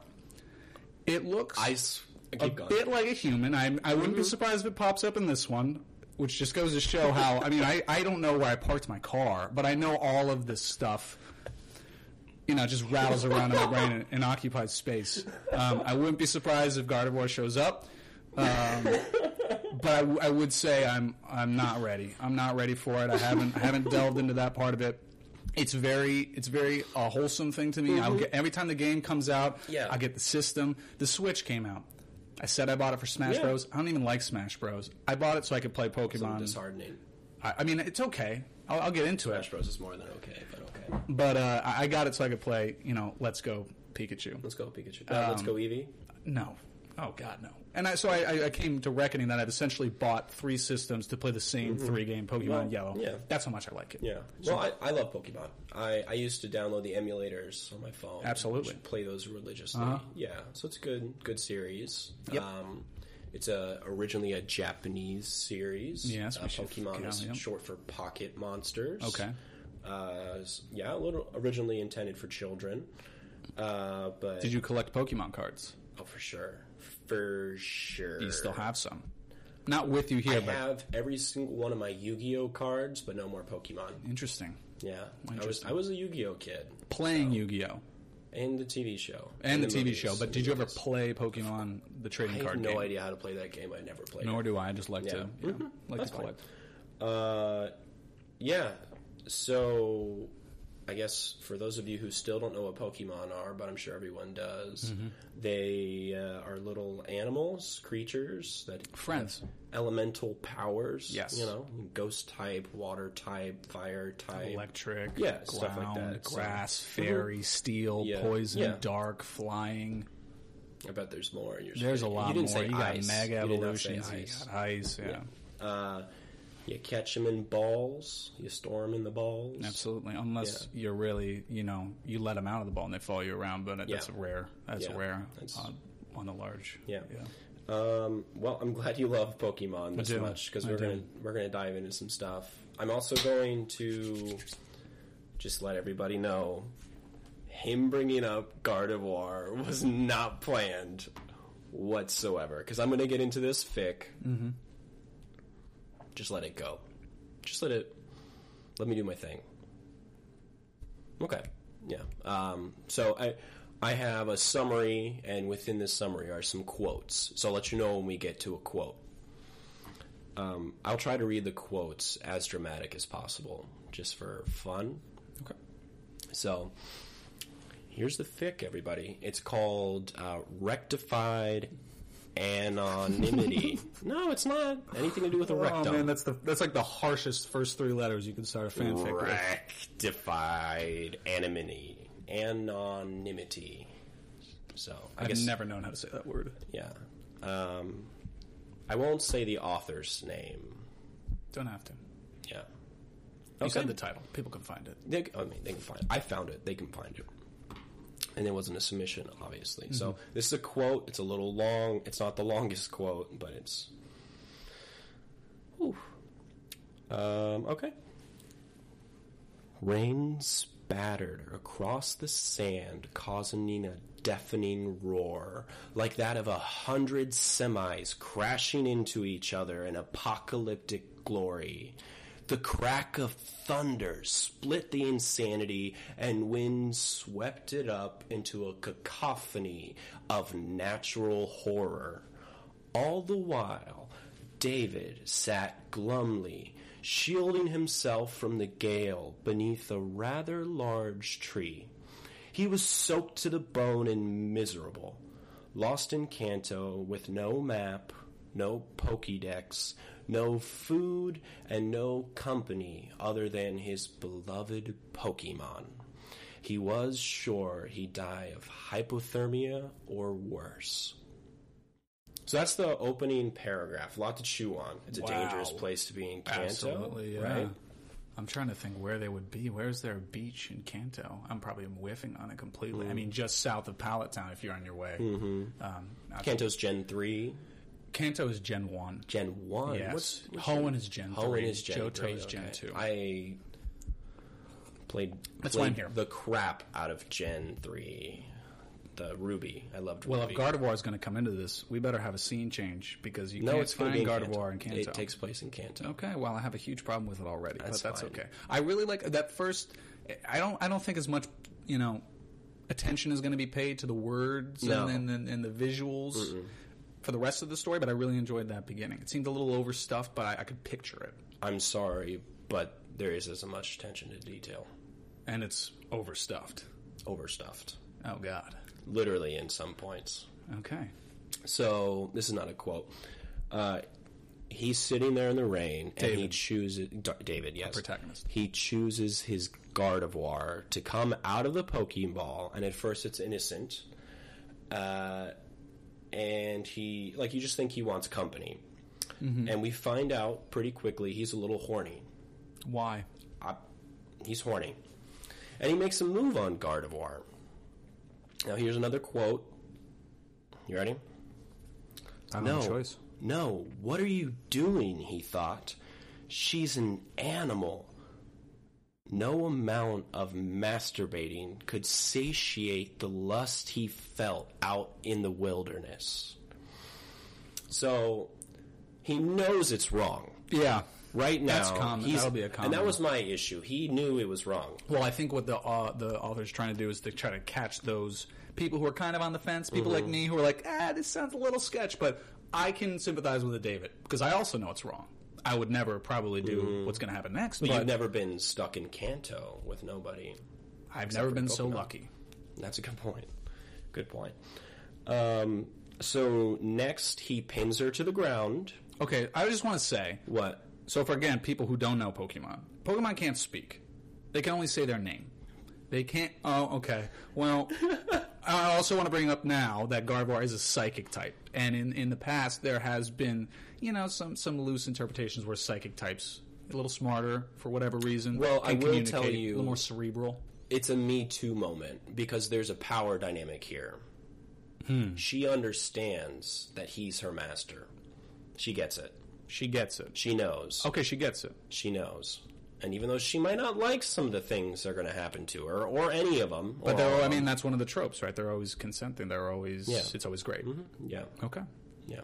S2: It looks
S1: I s-
S2: a
S1: keep Mm-hmm. going.
S2: bit like a human. I, I wouldn't be surprised if it pops up in this one. which just goes to show how I mean I, I don't know where I parked my car, but I know all of this stuff. You know, just rattles around in my brain and, and occupies space. Um, I wouldn't be surprised if Gardevoir shows up, um, but I, w- I would say I'm I'm not ready. I'm not ready for it. I haven't I haven't delved into that part of it. It's very it's very a wholesome thing to me. I'll get, every time the game comes out,
S1: Mm-hmm. Yeah.
S2: I get the system. The Switch came out. I said I bought it for Smash
S1: Yeah.
S2: Bros. I don't even like Smash Bros. I bought it so I could play Pokemon.
S1: Disheartening.
S2: I, I mean, it's okay. I'll, I'll get into it.
S1: Smash Bros is more than okay, but okay.
S2: But uh, I I got it so I could play, you know, Let's Go Pikachu.
S1: Let's go Pikachu. No, Uh,
S2: Um,
S1: let's go Eevee.
S2: No. Oh, God, no. And I, so I, I- I came to reckoning that I've essentially bought three systems to play the same three game Pokemon
S1: Mm-hmm. Well,
S2: Yellow.
S1: yeah.
S2: That's how much I like it.
S1: Yeah. Well, I, I love Pokemon. I, I used to download the emulators on my phone.
S2: Absolutely. Uh-huh.
S1: Just Play those religiously. Yeah. So it's a good good series.
S2: Yep.
S1: Um, it's a, originally a Japanese series.
S2: Yes,
S1: Uh,
S2: we should
S1: Pokemon
S2: figure
S1: is
S2: out, yep.
S1: short for Pocket Monsters.
S2: Okay.
S1: Uh, s- yeah, a little originally intended for children. Uh, but
S2: Did you collect Pokemon cards?
S1: oh, for sure, for sure.
S2: You still have some. Not with you here,
S1: I
S2: but
S1: have every single one of my Yu-Gi-Oh cards, but no more Pokemon.
S2: interesting.
S1: Yeah, I was
S2: Interesting.
S1: I was a Yu-Gi-Oh kid.
S2: Playing Yu Gi Oh!
S1: And the TV show.
S2: And, the, TV
S1: movies.
S2: show, but
S1: And
S2: did you ever
S1: movies.
S2: play Pokemon, the trading
S1: I have
S2: card
S1: no
S2: game?
S1: idea how to play that game. I never played
S2: Nor do I. I just like to, you know, like
S1: That's
S2: to
S1: fine.
S2: collect.
S1: it. Uh, yeah. So, I guess for those of you who still don't know what Pokemon are, but I'm sure everyone does,
S2: Mm-hmm.
S1: they uh, are little animals, creatures that
S2: Friends.
S1: elemental powers.
S2: Yes.
S1: You know, ghost type, water type, fire type.
S2: electric,
S1: Yeah,
S2: ground,
S1: stuff like that, so-
S2: grass, fairy, steel,
S1: Yeah,
S2: poison,
S1: yeah.
S2: dark, flying.
S1: I bet there's more. in your
S2: There's a
S1: you
S2: lot
S1: didn't
S2: more.
S1: say
S2: You got
S1: ice.
S2: mega
S1: You did not say
S2: evolutions. You,
S1: ice.
S2: got ice. Yeah,
S1: Uh, you catch them in balls. You store them in the balls.
S2: absolutely. Unless you're really, you know, you let them out of the ball and they follow you around, but that's
S1: Yeah.
S2: rare. That's
S1: Yeah,
S2: rare
S1: that's-
S2: on, on the large.
S1: Yeah. Um, well, I'm glad you love Pokemon this
S2: do.
S1: much because
S2: I
S1: we're
S2: do.
S1: gonna we're gonna dive into some stuff. I'm also going to just let everybody know him bringing up Gardevoir was not planned whatsoever because I'm gonna get into this fic. Mm-hmm. Just let it go. Just let it. Let me do my thing. Okay. Yeah. Um, so I I have a summary, and within this summary are some quotes. So I'll let you know when we get to a quote. Um, I'll try to read the quotes as dramatic as possible, just for fun.
S2: Okay.
S1: So here's the fic, everybody. It's called uh, Rectified Anonymity. no, it's not anything to do with a rectum.
S2: Oh man, that's the that's like the harshest first three letters you can start a fanfic with.
S1: rectified anonymity. Anonymity. So I
S2: I've
S1: guess
S2: never known how to say that word.
S1: yeah. Um, I won't say the author's name.
S2: Don't have to.
S1: Yeah.
S2: You
S1: Okay.
S2: said the title. People can find it.
S1: They, I mean, they can find. It. I found it. They can find it. And it wasn't a submission, obviously. So
S2: Mm-hmm.
S1: this is a quote. It's a little long. It's not the longest quote, but it's. Whew. Um, okay. Rain spattered across the sand, causing a deafening roar, like that of a hundred semis crashing into each other in apocalyptic glory. The crack of thunder split the insanity, and wind swept it up into a cacophony of natural horror. All the while, David sat glumly, shielding himself from the gale beneath a rather large tree. He was soaked to the bone and miserable, lost in Kanto with no map, no Pokédex, no food, and no company other than his beloved Pokemon. He was sure he'd die of hypothermia or worse. So that's the opening paragraph. A lot to chew on. It's a
S2: Wow.
S1: dangerous place to be in Kanto,
S2: Absolutely, yeah.
S1: right?
S2: I'm trying to think where they would be. Where's their beach in Kanto? I'm probably whiffing on it completely.
S1: Mm.
S2: I mean, just south of Pallet Town if you're on your way.
S1: Mm-hmm.
S2: Um, I-
S1: Kanto's Gen three,
S2: Kanto is Gen 1.
S1: Gen one.
S2: Yes.
S1: What's, what's
S2: Hoenn is Gen
S1: Hoenn
S2: 3.
S1: is Gen
S2: Johto's
S1: three,
S2: Gen
S1: okay.
S2: 2.
S1: I played,
S2: That's why
S1: played
S2: I'm here.
S1: the crap out of Gen three. the Ruby. I loved Ruby.
S2: Well, if Gardevoir is going to come into this, we better have a scene change because you
S1: no,
S2: can't
S1: it's going to
S2: find
S1: be in
S2: Gardevoir in
S1: Kanto.
S2: Kanto.
S1: It takes place in Kanto.
S2: Okay, well, I have a huge problem with it already,
S1: That's
S2: but that's
S1: fine.
S2: okay. I really like that first. I don't. I don't think as much. You know, attention is going to be paid to the words
S1: No.
S2: and, and, and the visuals for the rest of the story. But I really enjoyed that beginning. It seemed a little overstuffed, but I, I could picture it,
S1: I'm sorry, but there is as much attention to detail.
S2: and it's overstuffed.
S1: Overstuffed.
S2: Oh God.
S1: Literally in some points.
S2: Okay.
S1: So this is not a quote. Uh, he's sitting there in the rain, and he
S2: David.
S1: chooses D- David. Yes,
S2: protagonist.
S1: He chooses his Gardevoir to come out of the Pokeball, and at first it's innocent, uh, and he like you just think he wants company,
S2: Mm-hmm.
S1: and we find out pretty quickly he's a little horny.
S2: Why?
S1: I, he's horny. And he makes a move on Gardevoir. Now, here's another quote. You ready?
S2: I don't
S1: no.
S2: have a choice.
S1: No, what are you doing? He thought. She's an animal. No amount of masturbating could satiate the lust he felt out in the wilderness. So, he knows it's wrong.
S2: Yeah.
S1: Right now,
S2: That's common.
S1: he's-
S2: That'll be a
S1: And
S2: common.
S1: that was my issue. He knew it was wrong.
S2: Well, I think what the uh, the author's trying to do is to try to catch those people who are kind of on the fence, people like me who are like, ah, this sounds a little sketch, but I can sympathize with it, David, because I also know it's wrong. I would never probably do what's going to happen next, but
S1: You've never been stuck in Kanto with nobody.
S2: I've never been so
S1: Pokemon.
S2: lucky.
S1: That's a good point. Good point. Um, so next, he pins her to the ground.
S2: Okay, I just want to say,
S1: What?
S2: so for again people who don't know Pokemon, Pokemon can't speak; they can only say their name. They can't. Oh, okay. Well, I also want to bring up now that Gardevoir is a psychic type, and in in the past there has been you know some some loose interpretations where psychic types a little smarter for whatever reason.
S1: Well,
S2: can
S1: I will tell
S2: communicate,
S1: you-
S2: a little more cerebral.
S1: It's a Me Too moment because there's a power dynamic here.
S2: Hmm.
S1: She understands that he's her master. She gets it.
S2: She gets it.
S1: She knows.
S2: Okay, she gets it.
S1: She knows. And even though she might not like some of the things that are going to happen to her, or any of them,
S2: But they're, I mean, that's one of the tropes, right? They're always consenting. They're always.
S1: Yeah. Mm-hmm.
S2: It's always great.
S1: yeah,
S2: Okay.
S1: Yeah.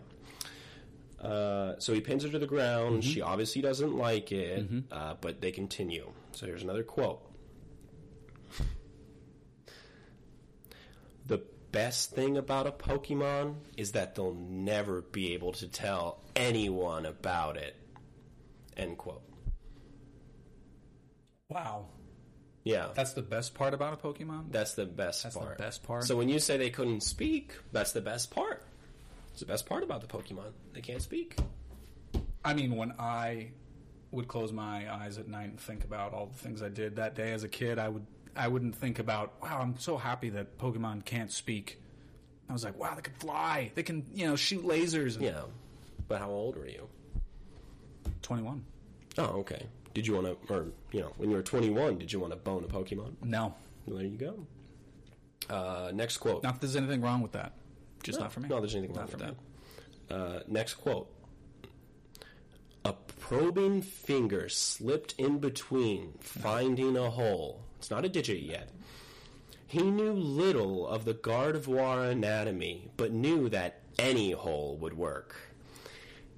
S1: Uh, so he pins her to the ground.
S2: Mm-hmm.
S1: She obviously doesn't like it, uh, but they continue. So here's another quote The best thing about a Pokemon is that they'll never be able to tell anyone about it. End quote.
S2: Wow,
S1: Yeah.
S2: that's the best part about a Pokemon.
S1: That's the best
S2: That's the
S1: part.
S2: best part.
S1: So when you say they couldn't speak, that's the best part. It's the best part about the Pokemon. They can't speak.
S2: I mean, when I would close my eyes at night and think about all the things I did that day as a kid, I would I wouldn't think about, wow, I'm so happy that Pokemon can't speak. I was like, wow, they can fly. They can, you know, shoot lasers. And
S1: Yeah. But how old were you?
S2: 21.
S1: Oh, okay. Did you want to, or you know, when you were 21, did you want to bone a Pokemon?
S2: No.
S1: Well, there you go. Uh, next quote.
S2: Not that there's anything wrong with that. Just
S1: no,
S2: not for me.
S1: No, there's anything wrong
S2: Not
S1: with
S2: for me.
S1: that. Uh, next quote. A probing finger slipped in between, finding a hole. It's not a digit yet. He knew little of the Gardevoir anatomy, but knew that any hole would work.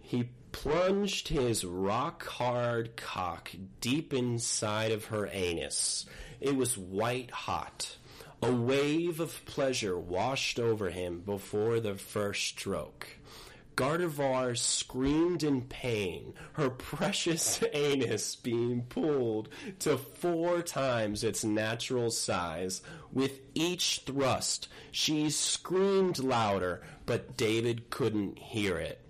S1: He plunged his rock hard cock deep inside of her anus. It was white hot. A wave of pleasure washed over him before the first stroke. Gardevoir screamed in pain, her precious anus being pulled to four times its natural size. With each thrust, she screamed louder, but David couldn't hear it.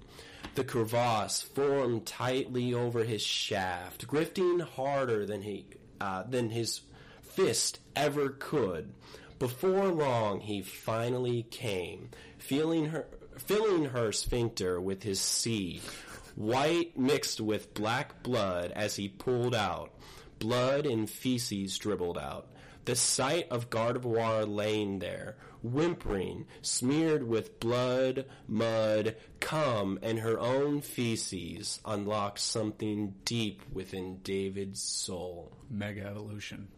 S1: The crevasse formed tightly over his shaft, grifting harder than he uh, than his fist ever could. Before long, he finally came, feeling her filling her sphincter with his seed, white mixed with black blood as he pulled out. Blood and feces dribbled out. The sight of Gardevoir laying there, whimpering, smeared with blood, mud, cum, and her own feces, unlocked something deep within David's soul.
S2: Mega evolution.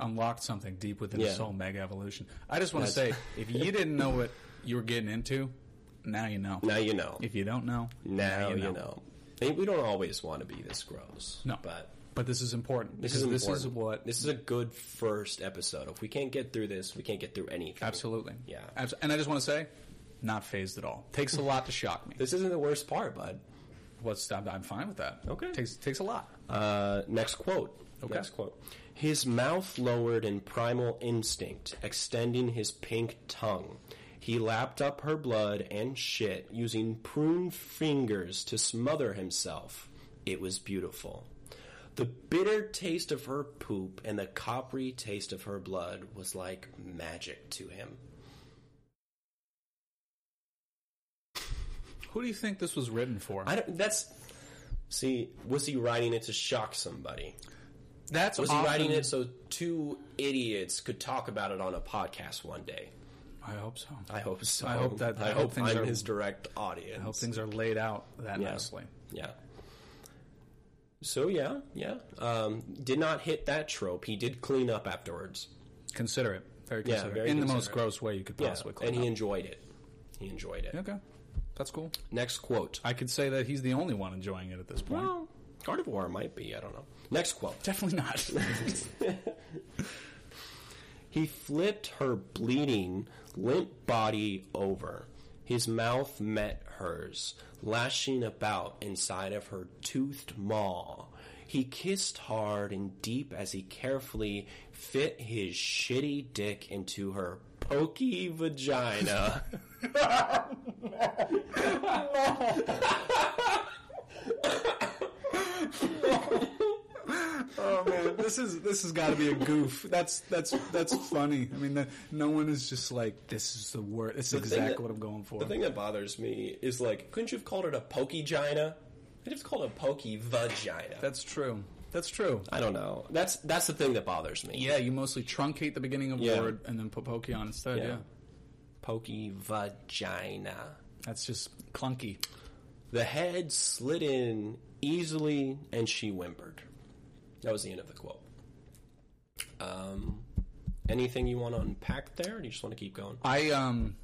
S2: unlocked something deep within
S1: Hmm? Yeah.
S2: this whole mega evolution. I just want to say,
S1: That's-
S2: if you didn't know what you were getting into, now you know.
S1: Now you know.
S2: If you don't know,
S1: Now you know. I mean, we don't always want to be this gross.
S2: No.
S1: But
S2: But this is important.
S1: this
S2: because
S1: is
S2: this
S1: important.
S2: is what
S1: This is a good first episode. If we can't get through this, we can't get through anything.
S2: absolutely.
S1: Yeah.
S2: Abs- and I just want to say, not phased at all. Takes a lot to shock me.
S1: This isn't the worst part, bud.
S2: What's I'm, I'm fine with that.
S1: Okay.
S2: Takes takes a lot.
S1: Uh, next quote.
S2: Okay.
S1: Next quote. His mouth lowered in primal instinct, extending his pink tongue. He lapped up her blood and shit, using prune fingers to smother himself. It was beautiful. The bitter taste of her poop and the coppery taste of her blood was like magic to him.
S2: Who do you think this was written for?
S1: I don't, that's. See, was he writing it to shock somebody?
S2: That's
S1: Was
S2: often-
S1: he writing it so two idiots could talk about it on a podcast one day?
S2: I hope so.
S1: I hope so.
S2: I hope that-
S1: I,
S2: I hope
S1: hope,
S2: things
S1: I'm
S2: are-
S1: his direct audience.
S2: I hope things are laid out that
S1: Yeah.
S2: nicely.
S1: Yeah. So yeah, yeah. Um, did not hit that trope. He did clean up afterwards.
S2: Consider it. Very
S1: Yeah,
S2: considerate.
S1: very
S2: In the most
S1: considerate.
S2: gross way you could
S1: Yeah,
S2: possibly
S1: and
S2: clean
S1: he
S2: up.
S1: enjoyed it. He enjoyed it.
S2: Okay. That's cool.
S1: Next quote.
S2: I could say that he's the only one enjoying it at this point.
S1: Well, Gardevoir might be. I don't know. Next quote.
S2: Definitely not.
S1: He flipped her bleeding, limp body over. His mouth met hers, lashing about inside of her toothed maw. He kissed hard and deep as he carefully fit his shitty dick into her pokey vagina.
S2: oh man, this is this has got to be a goof. That's that's that's funny. I mean, that, no one is just like this is the word. This is
S1: thing
S2: exactly
S1: that-
S2: what I'm going for.
S1: the thing that bothers me is like, couldn't you have called it a pokey gina? Could have called it a pokey vagina.
S2: that's true. That's true.
S1: I don't know. That's that's the thing that bothers me.
S2: Yeah, you mostly truncate the beginning of
S1: Yeah.
S2: a word and then put pokey on instead.
S1: Yeah.
S2: yeah.
S1: Pokey vagina.
S2: That's just clunky.
S1: The head slid in easily, and she whimpered. That was the end of the quote. Um, anything you want to unpack there, or do you just want to keep going?
S2: I um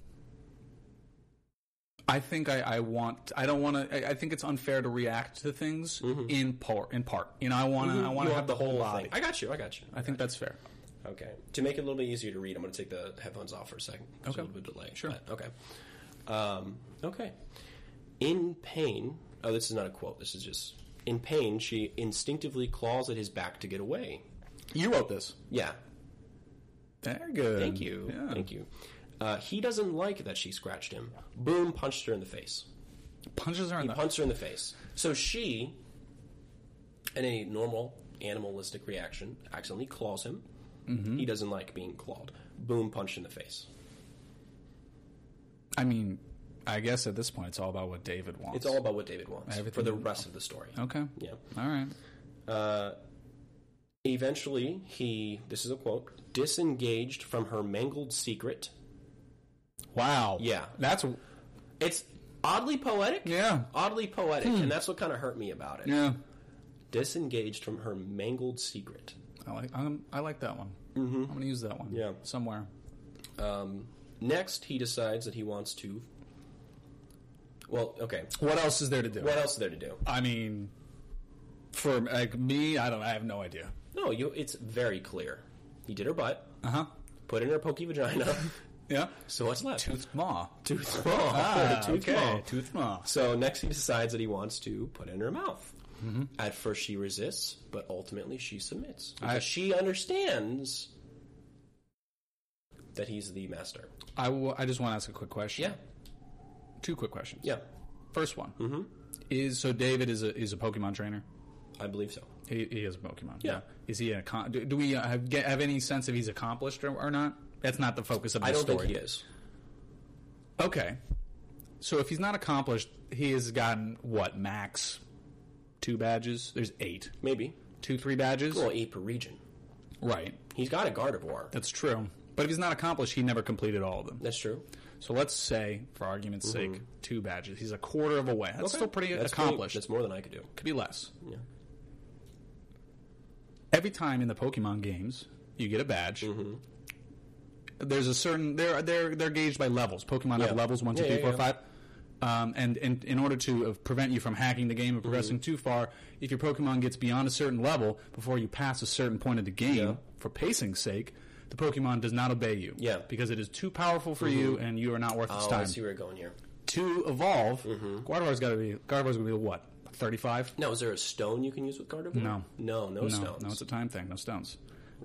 S2: I think I, I want I don't want to I, I think it's unfair to react to things in part in part. You know, I want to I want
S1: Mm-hmm. You
S2: to have the whole body.
S1: I got you. I got you.
S2: I think that's fair.
S1: Okay. To make it a little bit easier to read, I'm going to take the headphones off for a second. There's
S2: Okay.
S1: A little bit of delay.
S2: Sure.
S1: but okay. Um, okay. In pain. Oh, this is not a quote. This is just. In pain, she instinctively claws at his back to get away.
S2: You wrote this.
S1: Yeah,
S2: Very good.
S1: Thank you.
S2: Yeah.
S1: Thank you. Uh, he doesn't like that she scratched him. Boom, punched her in the face.
S2: Punches are in the
S1: Punched her in the face. So she, in a normal animalistic reaction, accidentally claws him.
S2: Mm-hmm.
S1: He doesn't like being clawed. Boom, punched in the face.
S2: I mean, I guess at this point it's all about what David wants.
S1: It's all about what David wants for
S2: Everything- Oh.
S1: the rest of the story.
S2: Okay.
S1: Yeah.
S2: All right.
S1: Eventually, he, this is a quote, disengaged from her mangled secret.
S2: Wow.
S1: Yeah.
S2: That's
S1: It's oddly poetic.
S2: yeah. Hmm.
S1: Oddly poetic, and that's what kind of hurt me about it.
S2: Yeah.
S1: Disengaged from her mangled secret.
S2: I like I'm, I like that one. Mm-hmm. I'm going to use that one.
S1: Yeah.
S2: Somewhere.
S1: Next, he decides that he wants to. Well, okay.
S2: What else is there to do?
S1: What else is there to do?
S2: I mean, for like me, I don't. I have no idea.
S1: No, you. It's very clear. He did her butt,
S2: Uh huh.
S1: put in her pokey vagina.
S2: Yeah.
S1: so what's left?
S2: Tooth maw.
S1: Tooth maw.
S2: Ah,
S1: Tooth
S2: okay.
S1: maw.
S2: Tooth maw.
S1: So next, he decides that he wants to put in her mouth.
S2: Mm-hmm.
S1: At first, she resists, but ultimately, she submits because
S2: I-
S1: she understands that he's the master.
S2: I wa- I just want to ask a quick question.
S1: Yeah,
S2: Two quick questions.
S1: yeah, Mm-hmm.
S2: First one is so David is a is a Pokemon trainer.
S1: I believe so.
S2: He, he is a Pokemon.
S1: Yeah.
S2: Is he a con- do, do we uh, have, get, have any sense if he's accomplished or, or not? That's not the focus of the
S1: I don't
S2: story.
S1: think he is.
S2: Okay. So if he's not accomplished, he has gotten what max two badges. There's eight,
S1: Maybe.
S2: two, three badges.
S1: Well, eight per region.
S2: Right.
S1: He's got a Gardevoir.
S2: That's true. But if he's not accomplished, he never completed all of them.
S1: That's true.
S2: So let's say, for argument's sake, two badges. He's a quarter of a way. That's still pretty
S1: Mm-hmm. That's
S2: accomplished.
S1: That's more than I could do.
S2: Could be less.
S1: Yeah.
S2: Every time in the Pokemon games, you get a badge.
S1: Mm-hmm.
S2: There's a certain they're they're they're gauged by levels. Pokemon
S1: Yeah.
S2: have levels one, two,
S1: Yeah,
S2: three,
S1: yeah,
S2: four,
S1: yeah.
S2: five. Um, and, and in order to uh, prevent you from hacking the game and progressing
S1: Mm-hmm.
S2: too far, if your Pokemon gets beyond a certain level before you pass a certain point of the game,
S1: Yeah.
S2: for pacing's sake, the Pokemon does not obey you.
S1: Yeah.
S2: Because it is too powerful for you and you are not worth its
S1: Oh, I
S2: time.
S1: see Mm-hmm. where you're going here.
S2: To evolve, Guardivar's got to be, Guardivar's going to be what? 35?
S1: Now, is there a stone you can use with Gardevoir?
S2: No.
S1: No, no,
S2: No,
S1: stones.
S2: no, it's a time thing. No stones.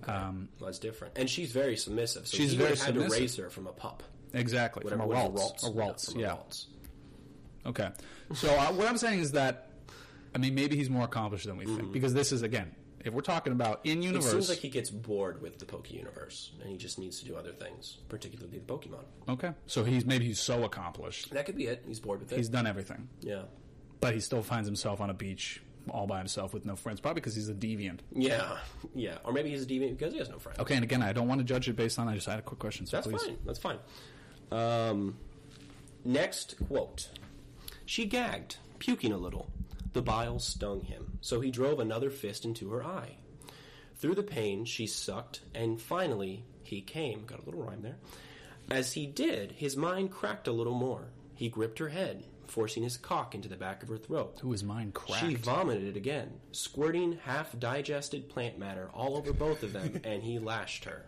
S2: Um,
S1: Well, that's different. And she's very submissive. So
S2: She's
S1: he
S2: very
S1: would have had to
S2: submissive.
S1: raise her from a pup.
S2: exactly. From a
S1: Whatever,
S2: waltz. A
S1: Yeah,
S2: waltz,
S1: from a
S2: yeah.
S1: waltz.
S2: Okay. So uh, what I'm saying is that, I mean, maybe he's more accomplished than we think because this is again, if we're talking about in
S1: Mm-hmm. It
S2: universe,
S1: seems like he gets bored with the Poke universe, and he just needs to do other things, particularly the Pokemon.
S2: okay, so he's maybe he's so accomplished,
S1: That could be it. He's bored with it.
S2: he's done everything,
S1: yeah.
S2: but he still finds himself on a beach all by himself with no friends, probably because he's a deviant.
S1: Yeah. Yeah. Or maybe he's a deviant because he has no friends.
S2: Okay, and again, I don't want to judge it based on. I just had a quick question, so
S1: That's
S2: please.
S1: fine. That's fine. Um, next quote. She gagged, puking a little. The bile stung him, so he drove another fist into her eye. Through the pain, she sucked, and finally he came. Got a little rhyme there. As he did, his mind cracked a little more. He gripped her head, forcing his cock into the back of her throat.
S2: Who is mine cracked?
S1: She vomited again, squirting half digested plant matter all over both of them, and he lashed her.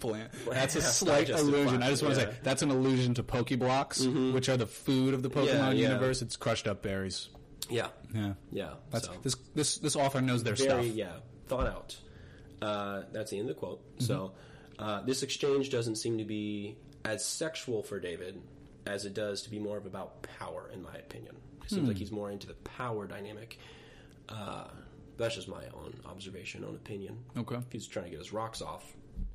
S2: plant. That's a
S1: Yeah,
S2: slight
S1: digestive
S2: allusion.
S1: plant,
S2: I just want to
S1: yeah.
S2: say that's an allusion to Pokeblocks, which are the food of the Pokemon
S1: Yeah, yeah.
S2: universe. It's crushed up berries.
S1: Yeah.
S2: Yeah.
S1: Yeah.
S2: That's,
S1: so.
S2: this this this author knows their
S1: very
S2: stuff.
S1: yeah thought out. Uh, that's the end of the quote.
S2: Mm-hmm.
S1: So uh, this exchange doesn't seem to be as sexual for David as it does to be more of about power, in my opinion. It seems
S2: Hmm.
S1: like he's more into the power dynamic. Uh, that's just my own observation, own opinion.
S2: Okay.
S1: If he's trying to get his rocks off,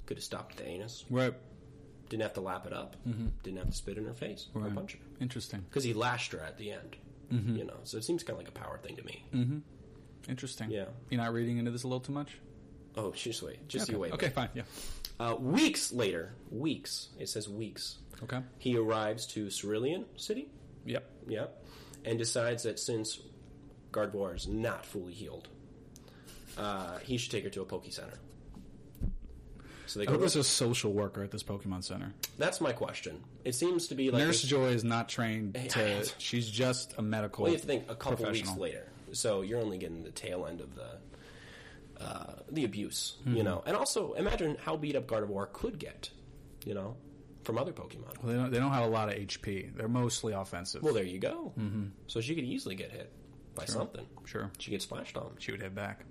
S1: could have stopped at the anus.
S2: Right.
S1: Didn't have to lap it up.
S2: Mm-hmm.
S1: Didn't have to spit in her face or punch her
S2: Interesting.
S1: because he lashed her at the end.
S2: Mm-hmm.
S1: You know, so it seems kind of like a power thing to me.
S2: Mm. Interesting.
S1: Yeah.
S2: You're not reading into this a little too much?
S1: Oh, just wait, just
S2: okay.
S1: you wait.
S2: Okay, fine. Yeah.
S1: Uh, weeks later, weeks, it says weeks,
S2: Okay.
S1: he arrives to Cerulean City,
S2: Yep.
S1: yep, and decides that since Gardevoir is not fully healed, uh, he should take her to a Poke Center. So they
S2: I
S1: go.
S2: hope
S1: To,
S2: there's a social worker at this Pokemon Center.
S1: that's my question. It seems to be like
S2: Nurse
S1: this-
S2: Joy is not trained to. She's just a medical.
S1: you have to think a couple
S2: professional.
S1: weeks later, so you're only getting the tail end of the uh, the abuse,
S2: Hmm.
S1: you know. And also, imagine how beat up Gardevoir could get, you know, from other Pokemon.
S2: Well, they, don't, they don't have a lot of HP. They're mostly offensive.
S1: Well, there you go. Mm-hmm. So she could easily get hit by something.
S2: sure.
S1: She gets splashed on
S2: She would hit back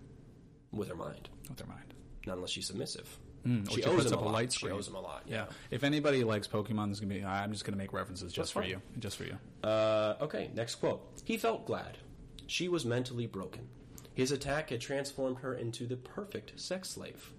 S1: with her mind,
S2: with her mind.
S1: not unless she's submissive.
S2: Mm, or she puts up a light
S1: She
S2: screen.
S1: owes him a lot.
S2: Yeah. If anybody likes Pokemon, this is gonna be. I'm just gonna make references just for
S1: fine.
S2: you. Just for you.
S1: Uh, okay, next quote. He felt glad. She was mentally broken. His attack had transformed her into the perfect sex slave.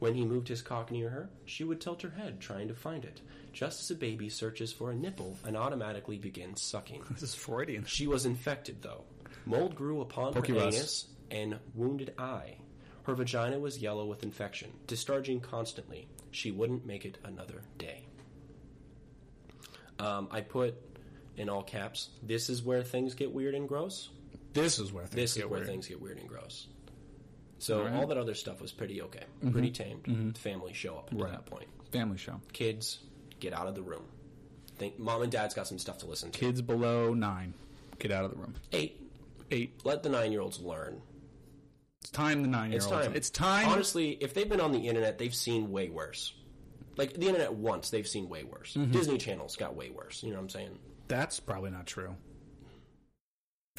S1: When he moved his cock near her, she would tilt her head, trying to find it, just as a baby searches for a nipple and automatically begins sucking.
S2: This is Freudian.
S1: She was infected, though. Mold grew upon her
S2: Pokebus.
S1: anus and wounded eye. Her vagina was yellow with infection, discharging constantly. She wouldn't make it another day. Um, I put in all caps. This is where things get weird and gross.
S2: This is where things
S1: This
S2: get
S1: is where
S2: weird.
S1: things get weird and gross. So all,
S2: Alright.
S1: that other stuff was pretty okay, pretty tamed. Family show up at
S2: Mm-hmm. Right.
S1: that point.
S2: Family show.
S1: Kids, get out of the room. Think, mom and dad's got some stuff to listen to.
S2: Kids below nine, get out of the room.
S1: Eight,
S2: Eight.
S1: let the nine-year-olds learn.
S2: It's time the nine year
S1: It's
S2: olds.
S1: time.
S2: It's time.
S1: Honestly, if they've been on the internet, they've seen way worse. Like the internet once, they've seen way worse. Disney Channel's got way worse. You know what I'm saying?
S2: That's probably not true.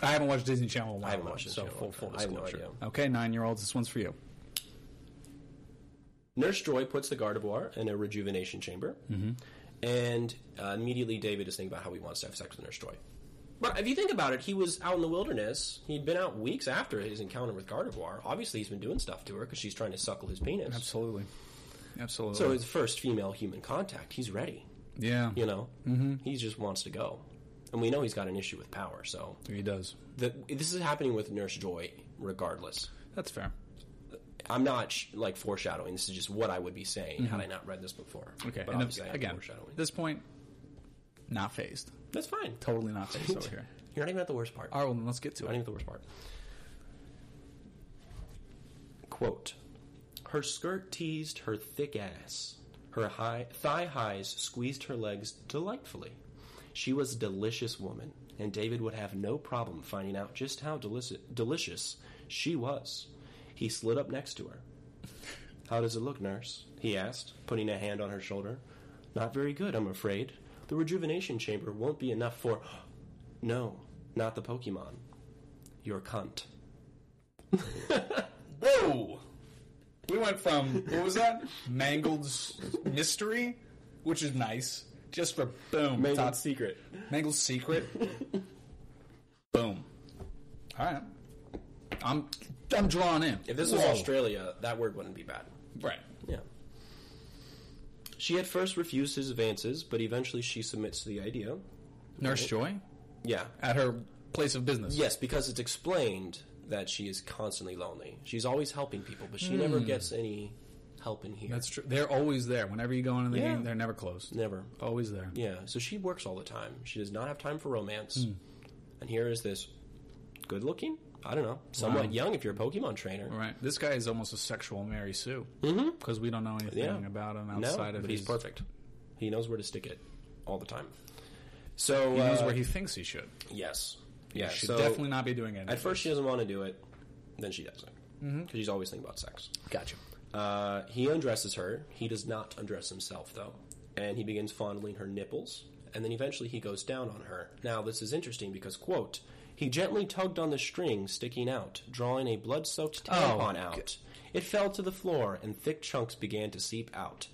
S2: I haven't watched Disney Channel in a while.
S1: I haven't
S2: though,
S1: watched Disney
S2: so
S1: Channel in
S2: full
S1: a
S2: full
S1: while. I have no
S2: disclosure.
S1: idea.
S2: okay, nine year olds, this one's for you.
S1: Nurse Joy puts the Gardevoir in a rejuvenation chamber, and uh, immediately David is thinking about how he wants to have sex with Nurse Joy. But if you think about it, he was out in the wilderness. He'd been out weeks after his encounter with Gardevoir. Obviously, he's been doing stuff to her because she's trying to suckle his penis.
S2: Absolutely, absolutely.
S1: So his first female human contact, he's ready.
S2: yeah,
S1: You know, mm-hmm. he just wants to go, and we know he's got an issue with power. So
S2: he does.
S1: the, this is happening with Nurse Joy, regardless.
S2: That's fair.
S1: I'm not sh- like foreshadowing. This is just what I would be saying had I not read this before.
S2: Mm-hmm. Okay,
S1: but
S2: and
S1: obviously I'm
S2: again,
S1: foreshadowing.
S2: at this point, not phased.
S1: That's fine.
S2: Totally not phased over here.
S1: You're not even at the worst part.
S2: All right, well, then let's get to
S1: Not
S2: it.
S1: even at the worst part. Quote: Her skirt teased her thick ass. Her high, thigh highs squeezed her legs delightfully. She was a delicious woman, and David would have no problem finding out just how delici- delicious she was. He slid up next to her. How does it look, nurse? he asked, putting a hand on her shoulder. Not very good, I'm afraid. The rejuvenation chamber won't be enough for. No, not the Pokemon. Your cunt.
S2: Whoa! We went from what was that? Mangled's mystery, which is nice, just for boom. top-
S1: secret.
S2: Mangle's secret. boom. All right. I'm I'm drawn in.
S1: If this was
S2: Whoa.
S1: Australia, that word wouldn't be bad.
S2: right?
S1: Yeah. She at first refused his advances, but eventually she submits to the idea.
S2: Nurse Joy
S1: Yeah.
S2: at her place of business.
S1: Yes, because it's explained that she is constantly lonely. She's always helping people, but she never gets any help in here.
S2: That's true. They're always there. Whenever you go into the
S1: Yeah.
S2: game, they're never closed.
S1: never.
S2: Always there.
S1: Yeah, so she works all the time. She does not have time for romance. And here is this good looking, I don't know, somewhat
S2: Wow.
S1: young if you're a Pokemon trainer.
S2: Right. This guy is almost a sexual Mary Sue because we don't know anything
S1: Mm-hmm. Yeah.
S2: about him
S1: No,
S2: outside of
S1: but he's
S2: his-
S1: perfect. He knows where to stick it all the time. So,
S2: He knows
S1: uh,
S2: where he thinks he should.
S1: yes. Yeah,
S2: Should
S1: so
S2: definitely not be doing
S1: at
S2: anything.
S1: first she doesn't want to do it, then she does it.
S2: Mm-hmm.
S1: Because she's always thinking about sex.
S2: Gotcha.
S1: Uh, he undresses her. He does not undress himself, though. And he begins fondling her nipples. And then eventually he goes down on her. Now, this is interesting because, quote, he gently tugged on the string sticking out, drawing a blood soaked tampon out. It fell to the floor, and thick chunks began to seep out.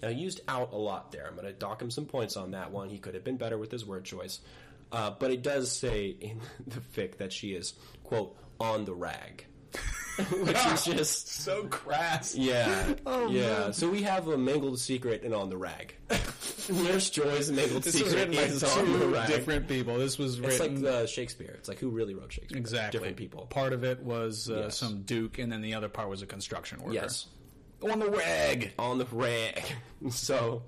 S1: Now, I used out a lot there. I'm going to dock him some points on that one. He could have been better with his word choice. Uh, but it does say in the fic that she is, quote, on the rag. Which is just.
S2: So crass.
S1: Yeah.
S2: Oh,
S1: yeah. So we have a mangled secret and on the rag. Nurse Joy's mangled
S2: This was
S1: secret
S2: written by
S1: is on the
S2: two
S1: rag.
S2: different people. This was
S1: it's
S2: written
S1: like the Shakespeare. It's like who really wrote Shakespeare?
S2: exactly
S1: Different people.
S2: Part of it was uh,
S1: Yes.
S2: some duke, and then the other part was a construction worker.
S1: Yes.
S2: On the rag.
S1: On the rag. so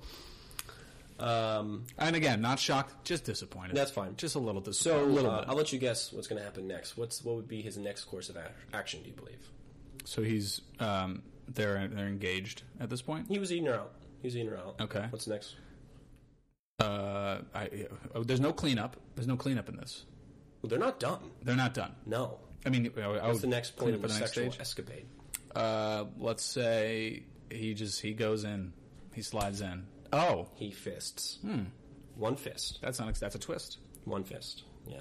S2: And again, not shocked, just disappointed.
S1: That's fine.
S2: Just a little disappointed.
S1: so
S2: a little
S1: uh,
S2: bit.
S1: I'll let you guess what's going to happen next. What's what would be his next course of ac- action? Do you believe
S2: So he's um, they're they're engaged at this point.
S1: he was eating her out? He was eating her out.
S2: Okay.
S1: What's next?
S2: Uh, I, oh, there's no cleanup. There's no cleanup in this.
S1: Well, they're not done.
S2: They're not done.
S1: No.
S2: I mean, I, I
S1: What's the next point
S2: clean
S1: of
S2: up
S1: the
S2: at the next
S1: sexual
S2: stage.
S1: escapade?
S2: Uh, let's say he just he goes in, he slides in. Oh,
S1: He fists.
S2: Hmm.
S1: One fist.
S2: that's not that's a twist.
S1: One fist. Yeah.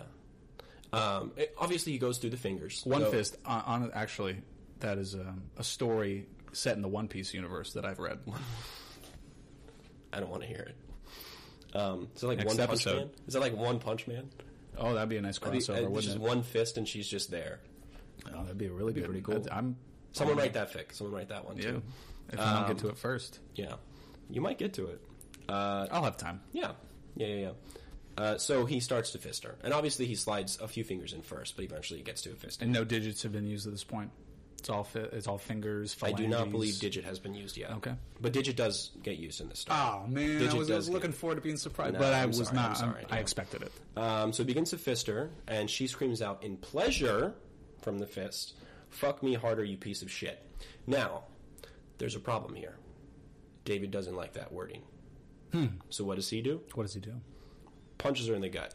S1: Um, it- obviously, he goes through the fingers.
S2: One
S1: So-
S2: fist. On, on actually, that is um, a story set in the One Piece universe that I've read.
S1: I don't want to hear it. Um, is that like
S2: Next
S1: one
S2: episode.
S1: punch man? Is that like one punch man?
S2: Oh, that'd be a nice crossover,
S1: Uh, it's
S2: wouldn't
S1: just
S2: it?
S1: one fist and she's just there.
S2: oh, that'd be a really good.
S1: pretty cool.
S2: I'd- I'm
S1: Someone
S2: Mm-hmm.
S1: write that fic. Someone write that one
S2: yeah.
S1: too.
S2: If I
S1: Um,
S2: don't get to it first,
S1: Yeah, you might get to it.
S2: I'll have time.
S1: Yeah, yeah, yeah. yeah. Uh, so he starts to fist her, and obviously he slides a few fingers in first, but eventually he gets to a fist.
S2: And no digits have been used at this point. It's all fi- it's all fingers.
S1: I do not
S2: phalanges.
S1: believe digit has been used yet.
S2: Okay.
S1: but digit does get used in this story.
S2: Oh man,
S1: Digit
S2: I was, I was
S1: does
S2: looking
S1: get-
S2: forward to being surprised,
S1: No,
S2: but I
S1: I'm
S2: was
S1: sorry,
S2: not.
S1: I'm sorry,
S2: I'm-
S1: yeah.
S2: I expected it.
S1: Um, so he begins to fist her, and she screams out in pleasure from the fist, Fuck me harder, you piece of shit. Now, there's a problem here. David doesn't like that wording. So what does he do?
S2: What does he do?
S1: Punches her in the gut.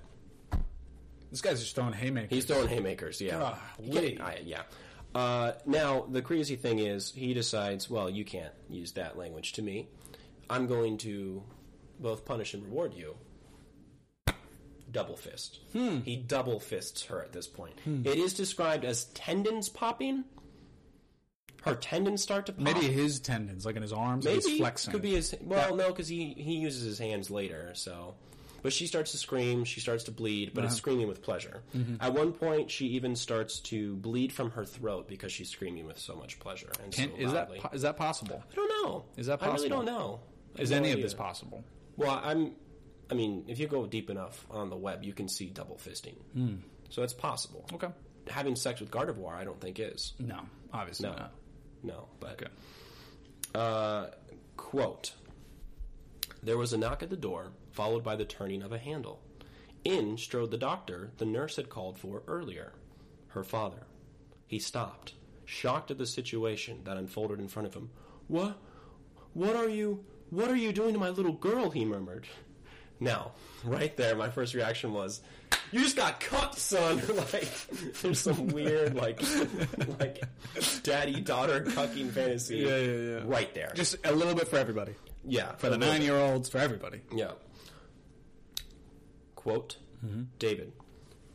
S2: This guy's just throwing haymakers.
S1: He's throwing haymakers, yeah.
S2: Golly.
S1: I- yeah. Uh, now, the crazy thing is, he decides, well, you can't use that language to me. I'm going to both punish and reward you. Double fist.
S2: Hmm.
S1: He double fists her at this point. It is described as tendons popping. Her tendons start to pop.
S2: Maybe his tendons, like in his arms,
S1: Ah. Maybe
S2: he's flexing.
S1: could be his. Well, no, because he he uses his hands later. So, but she starts to scream. She starts to bleed, but
S2: Uh-huh.
S1: it's screaming with pleasure.
S2: Mm-hmm.
S1: At one point, she even starts to bleed from her throat because she's screaming with so much pleasure and
S2: Can-
S1: so
S2: is that
S1: loudly.
S2: po- is that possible?
S1: I don't know.
S2: is that
S1: I really
S2: possible?
S1: don't know. I
S2: Is
S1: have
S2: any
S1: no
S2: of this
S1: idea.
S2: possible?
S1: Well, I'm. I mean, if you go deep enough on the web, you can see double fisting.
S2: Hmm.
S1: So it's possible.
S2: Okay.
S1: Having sex with Gardevoir, I don't think is.
S2: No, obviously not.
S1: No, but
S2: Okay.
S1: Uh, quote There was a knock at the door, followed by the turning of a handle. In strode the doctor the nurse had called for earlier, her father. He stopped, shocked at the situation that unfolded in front of him. What? What are you? What are you doing to my little girl? He murmured. Now, right there, my first reaction was, "You just got cut, son!" like, there's some weird, like, like daddy daughter cucking fantasy.
S2: Yeah, yeah, yeah.
S1: Right there.
S2: Just a little bit for everybody.
S1: yeah,
S2: For the nine year olds, for everybody.
S1: Yeah. Quote David,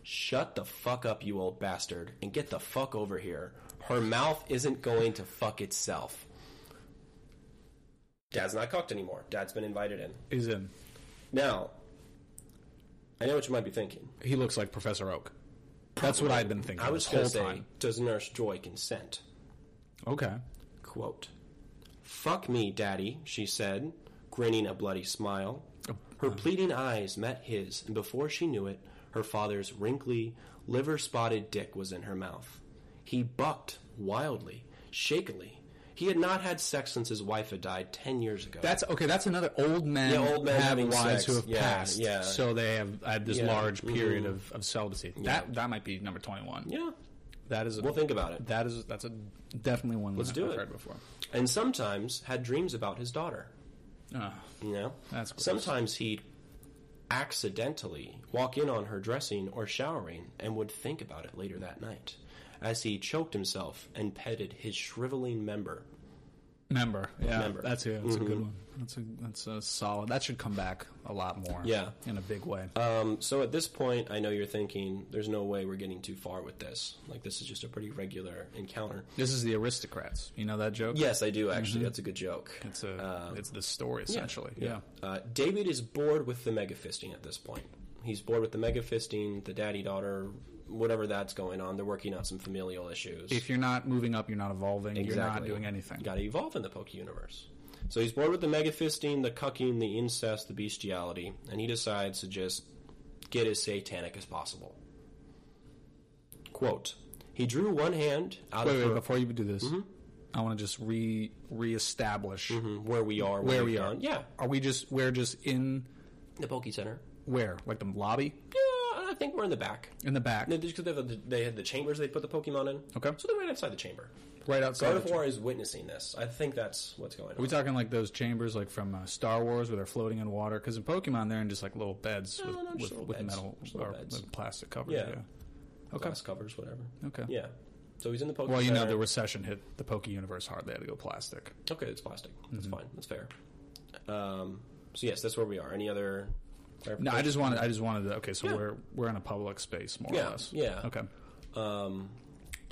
S1: shut the fuck up, you old bastard, and get the fuck over here. Her mouth isn't going to fuck itself. Dad's not cucked anymore. Dad's been invited in.
S2: He's in.
S1: Now, I know what you might be thinking.
S2: He looks like Professor Oak. That's what I've been thinking
S1: I was
S2: this
S1: going
S2: whole
S1: to say,
S2: time.
S1: does Nurse Joy consent?
S2: Okay.
S1: Quote, Fuck me, Daddy, she said, grinning a bloody smile. Her pleading eyes met his, and before she knew it, her father's wrinkly, liver spotted dick was in her mouth. He bucked wildly, shakily. He had not had sex since his wife had died ten years ago.
S2: That's okay. That's another old men,
S1: Yeah, old men
S2: have
S1: having
S2: wives
S1: sex.
S2: who have
S1: Yeah,
S2: passed.
S1: yeah.
S2: So they have, have this
S1: Yeah. Mm-hmm.
S2: large period of, of celibacy. That that might be number twenty one.
S1: yeah.
S2: That is a,
S1: We'll think about it.
S2: that is that's a definitely one Let's
S1: do
S2: I've
S1: it.
S2: heard before.
S1: And sometimes had dreams about his daughter.
S2: Ah,
S1: You know?
S2: That's gross.
S1: Sometimes he'd accidentally walk in on her dressing or showering and would think about it later that night as he choked himself and petted his shriveling member.
S2: member. Yeah.
S1: Member. Mm-hmm.
S2: That's a that's a good one. That's a that's a solid that should come back a lot more.
S1: Yeah.
S2: In a big way.
S1: Um, so at this point, I know you're thinking, there's no way we're getting too far with this. Like, this is just a pretty regular encounter.
S2: this is the aristocrats. You know that joke?
S1: Yes, I do, actually.
S2: Mm-hmm.
S1: That's a good joke.
S2: It's a
S1: Um,
S2: it's the story essentially. yeah.
S1: Uh, David is bored with the mega fisting at this point. He's bored with the mega fisting, the daddy daughter, whatever that's going on. They're working out some familial issues.
S2: If you're not moving up, you're not evolving. You're not doing anything.
S1: Got to evolve in the Poke universe. So he's bored with the mega fisting, the cucking, the incest, the bestiality, and he decides to just get as satanic as possible. Quote: He drew one hand out
S2: Wait,
S1: of
S2: wait,
S1: her,
S2: before you do this,
S1: Mm-hmm.
S2: I want to just re reestablish
S1: Mhm, where we are, what
S2: where
S1: we've
S2: we are.
S1: done. Yeah,
S2: Are we just we're just in
S1: the Poke Center.
S2: where? Like the lobby?
S1: Yeah, I think we're in the back.
S2: In the back.
S1: No, just because they, have the- they had the chambers they put the Pokemon in.
S2: Okay.
S1: So they're right outside the chamber.
S2: Right outside.
S1: God
S2: the
S1: of
S2: chamber.
S1: War is witnessing this. I think that's what's going
S2: Are we
S1: on.
S2: talking like those chambers like from uh, Star Wars where they're floating in water? Because in Pokemon they're in just like little beds with,
S1: no, just
S2: with,
S1: little
S2: with
S1: beds.
S2: metal
S1: Just
S2: or
S1: little beds.
S2: with plastic covers. Yeah.
S1: Yeah.
S2: Okay.
S1: Glass covers, whatever.
S2: Okay.
S1: Yeah. So he's in the Pokemon.
S2: Well, you know the recession hit the Poke universe hard. They had to go plastic.
S1: Okay, it's plastic. That's fine. That's fair. Um, so yes, that's where we are. Any other?
S2: No, I just wanted. I just wanted. To, okay, so
S1: Yeah.
S2: we're we're in a public space more
S1: Yeah,
S2: or less.
S1: yeah.
S2: Okay.
S1: Um,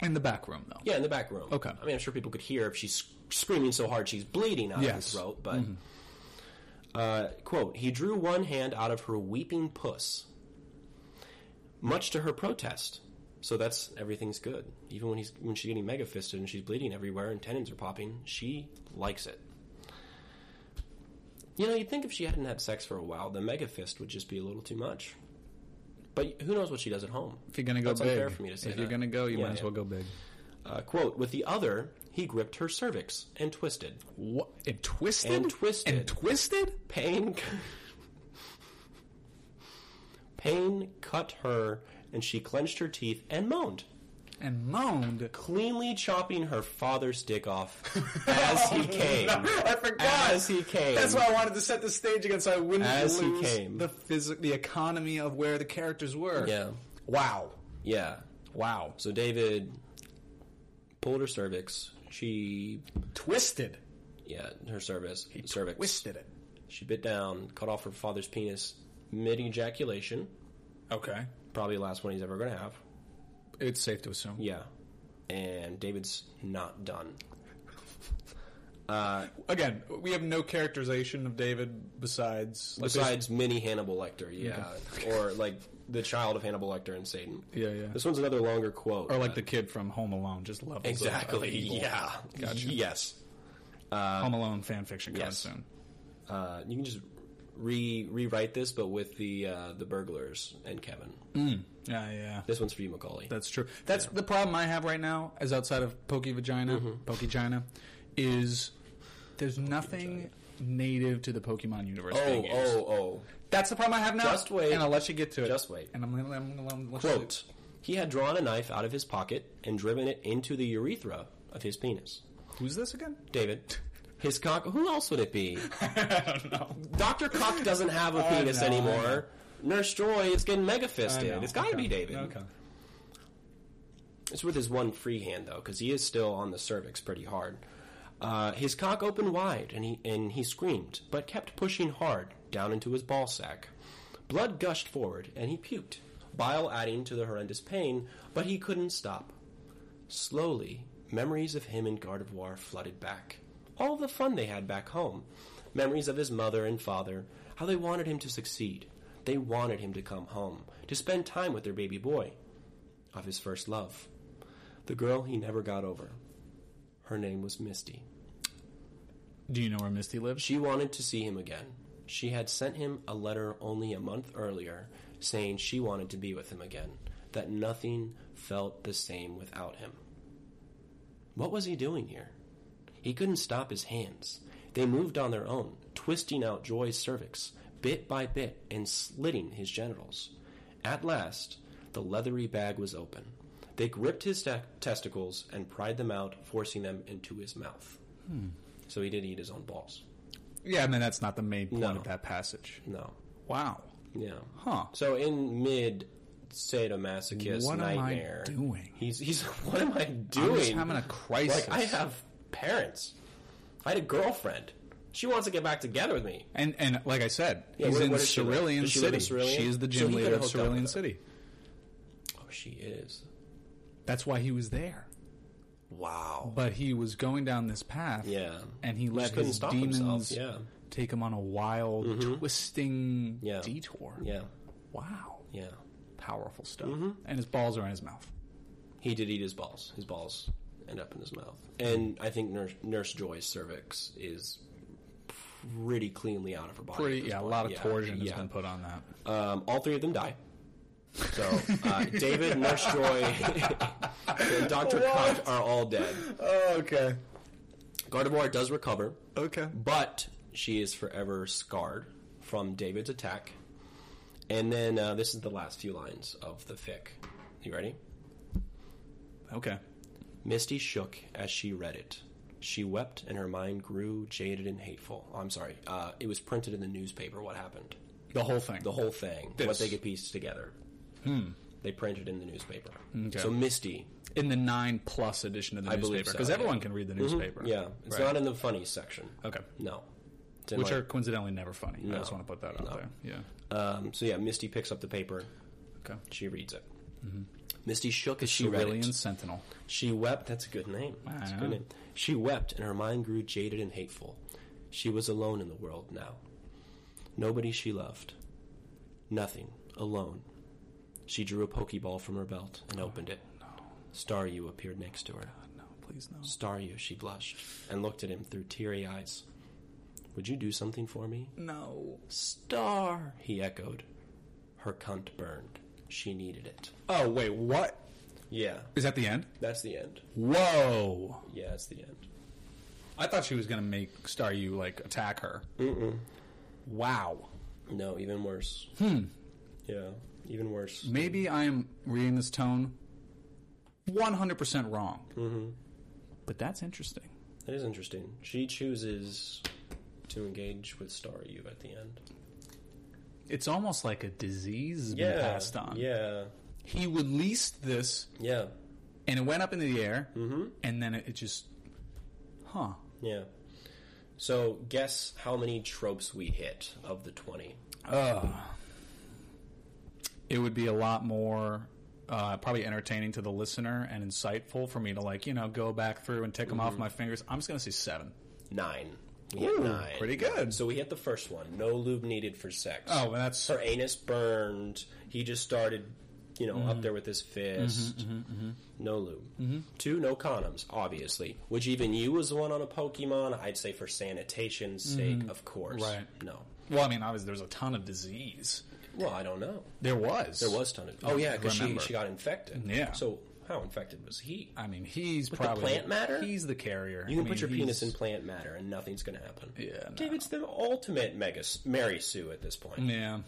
S2: In the back room though.
S1: yeah, in the back room.
S2: Okay.
S1: I mean, I'm sure people could hear if she's sc- screaming so hard she's bleeding out of her
S2: Yes. Mm-hmm.
S1: throat. But uh, quote: He drew one hand out of her weeping puss, much to her protest. So that's everything's good. Even when he's when she's getting mega fisted and she's bleeding everywhere and tendons are popping, she likes it. You know, you'd think if she hadn't had sex for a while, the mega fist would just be a little too much. But who knows what she does at home?
S2: If you're gonna go
S1: That's
S2: big,
S1: unfair for me to say
S2: if you're
S1: that.
S2: gonna go, you
S1: Yeah,
S2: might as
S1: yeah.
S2: well go big.
S1: Uh, quote, with the other, he gripped her cervix and twisted.
S2: What? And twisted.
S1: And twisted.
S2: And twisted.
S1: Pain. Pain cut her, and she clenched her teeth and moaned,
S2: And moaned.
S1: cleanly chopping her father's dick off as he came.
S2: I forgot.
S1: As he came.
S2: That's why I wanted to set the stage again, so I wouldn't
S1: As he
S2: lose
S1: came.
S2: the physic, the economy of where the characters were.
S1: Yeah.
S2: Wow.
S1: Yeah.
S2: Wow.
S1: So David pulled her cervix. She,
S2: Twisted.
S1: yeah, her cervix. cervix.
S2: Twisted it.
S1: She bit down, cut off her father's penis mid ejaculation.
S2: Okay.
S1: Probably the last one he's ever going to have.
S2: It's safe to assume.
S1: Yeah. And David's not done.
S2: Again, we have no characterization of David besides. like,
S1: Besides mini Hannibal Lecter, yeah. or like the child of Hannibal Lecter and Satan.
S2: there's- Yeah, yeah.
S1: This one's another longer quote.
S2: Or like the kid from Home Alone, just levels of-
S1: exactly.
S2: of evil.
S1: yeah. Yes.
S2: Home Alone fan fiction coming
S1: yes.
S2: soon.
S1: Uh, you can just re rewrite this, but with the uh, the burglars and Kevin.
S2: Yeah, yeah.
S1: This one's for you, Macaulay.
S2: Mm. That's true. That's the problem I have right now, is outside of Pokey Vagina,
S1: Mm-hmm.
S2: Pokey China, is there's nothing native to the Pokemon universe.
S1: oh,
S2: being used.
S1: oh, oh.
S2: That's the problem I have now.
S1: Just wait.
S2: And I'll let you get to it.
S1: Just wait.
S2: And I'm going to let you
S1: Quote He had drawn a knife out of his pocket and driven it into the urethra of his penis.
S2: Who's this again?
S1: David. His cock. Who else would it be? Doctor Cock doesn't have a penis
S2: know, I
S1: anymore. Nurse Joy is getting mega fisted.
S2: No,
S1: It's got to
S2: okay.
S1: be David.
S2: Okay.
S1: It's with his one free hand though, because he is still on the cervix pretty hard. Uh, his cock opened wide, and he and he screamed, but kept pushing hard down into his ball sack. Blood gushed forward, and he puked, bile adding to the horrendous pain. But he couldn't stop. Slowly, memories of him in Gardevoir flooded back. All the fun they had back home. Memories of his mother and father, how they wanted him to succeed. They wanted him to come home, to spend time with their baby boy. Of his first love. The girl he never got over. Her name was Misty.
S2: Do you know where Misty lives?
S1: She wanted to see him again. She had sent him a letter only a month earlier saying she wanted to be with him again, that nothing felt the same without him. What was he doing here? He couldn't stop his hands. They moved on their own, twisting out Joy's cervix, bit by bit, and slitting his genitals. At last, the leathery bag was open. They gripped his te- testicles and pried them out, forcing them into his mouth. So he did eat his own balls.
S2: yeah, I mean that's not the main point
S1: No.
S2: of that passage.
S1: No.
S2: Wow.
S1: Yeah.
S2: Huh.
S1: So in mid sadomasochist
S2: What am I
S1: nightmare,
S2: doing?
S1: He's he's what am I doing?
S2: I'm just having a crisis.
S1: like I have parents. I had a girlfriend. She wants to get back together with me.
S2: And and like I said,
S1: Yeah,
S2: he's
S1: where-
S2: in
S1: where does she live?
S2: Cerulean
S1: Does she live
S2: City.
S1: in Cerulean?
S2: She is the
S1: So
S2: gym
S1: he
S2: leader
S1: could've
S2: of
S1: hooked up with
S2: Cerulean
S1: her.
S2: City.
S1: Oh, she is.
S2: That's why he was there.
S1: Wow.
S2: But he was going down this path,
S1: Yeah.
S2: and he let
S1: couldn't
S2: his
S1: stop
S2: demons
S1: himself, yeah. Mm-hmm.
S2: take him on a wild, twisting
S1: Yeah.
S2: detour.
S1: Yeah. Mm-hmm.
S2: Wow,
S1: Yeah.
S2: powerful stuff. And his balls are in his mouth.
S1: He did eat his balls. His balls end up in his mouth. And I think Nurse, Nurse Joy's cervix is pretty cleanly out of her body.
S2: Pretty,
S1: at this
S2: yeah, a
S1: point.
S2: lot of
S1: Yeah,
S2: torsion
S1: yeah.
S2: has been put on that.
S1: Um, all three of them die. So uh, David, Nurse Joy, and Doctor Cock are all dead.
S2: Oh, okay,
S1: Gardevoir does recover,
S2: okay.
S1: but she is forever scarred from David's attack. And then uh, this is the last few lines of the fic. You ready?
S2: Okay.
S1: Misty shook as she read it. She wept, and her mind grew jaded and hateful. I'm sorry. Uh, it was printed in the newspaper. What happened?
S2: The whole thing.
S1: the whole thing,
S2: This. Hmm.
S1: what they could piece together. They printed in the newspaper.
S2: Okay.
S1: So Misty,
S2: in the nine plus edition of the
S1: believe
S2: newspaper,
S1: so,
S2: because
S1: yeah. Mm-hmm.
S2: everyone can read the newspaper.
S1: yeah, it's
S2: Right.
S1: not in the funny section.
S2: Okay.
S1: No, It's in
S2: Which are
S1: like-
S2: coincidentally never funny. I
S1: No.
S2: just want to put that out there. Yeah.
S1: um, so yeah, Misty picks up the paper.
S2: Okay.
S1: She reads it.
S2: Mm-hmm.
S1: Misty shook as she read
S2: Cerulean
S1: it.
S2: Sentinel.
S1: She wept. That's a good name. That's a good
S2: Wow.
S1: name. She wept, and her mind grew jaded and hateful. She was alone in the world now. Nobody she loved. Nothing. Alone. She drew a Pokeball from her belt
S2: Oh,
S1: and opened it. Star you appeared next to her.
S2: No, please no.
S1: Star you, she blushed, and looked at him through teary eyes. Would you do something for me?
S2: No.
S1: Star, he echoed. Her cunt burned. She needed it.
S2: Oh wait, what?
S1: Yeah,
S2: Is that the end?
S1: that's the end.
S2: Whoa!
S1: Yeah, that's the end.
S2: I thought she was gonna make Star You like attack her. Wow.
S1: No, even worse. Hmm. Yeah, even worse.
S2: Maybe I am reading this tone one hundred percent wrong. Mm-hmm. But that's interesting.
S1: That is interesting. She chooses to engage with Star You at the end.
S2: It's almost like a disease has been
S1: Yeah.
S2: passed on.
S1: Yeah.
S2: He released this
S1: Yeah.
S2: and it went up into the air, and then it, it just, huh?
S1: Yeah. So guess how many tropes we hit of the twenty.
S2: It would be a lot more. Uh, probably entertaining to the listener and insightful for me to like you know go back through and take them
S1: Mm-hmm.
S2: off my fingers. I'm just gonna say seven.
S1: Nine. We hit nine.
S2: pretty good.
S1: So we hit the first one. No lube needed for sex.
S2: Oh, well, that's
S1: Her anus burned. He just started, you know,
S2: Mm-hmm.
S1: up there with his fist. No lube. Two, no condoms, obviously. Which even you was one on a Pokemon. I'd say for sanitation's sake, of course.
S2: Mm-hmm. Right.
S1: No.
S2: well. I mean, obviously, there was a ton of disease.
S1: Well, I don't know.
S2: There was.
S1: There was ton of. Oh yeah, because she,
S2: Remember.
S1: she got infected.
S2: Yeah.
S1: So how infected was he?
S2: I mean, he's probably
S1: plant matter?
S2: He's the carrier.
S1: You can
S2: I mean,
S1: put your penis in
S2: he's-
S1: plant matter, and nothing's going to happen.
S2: Yeah, no.
S1: David's the ultimate mega s- Mary Sue at this point.
S2: Yeah.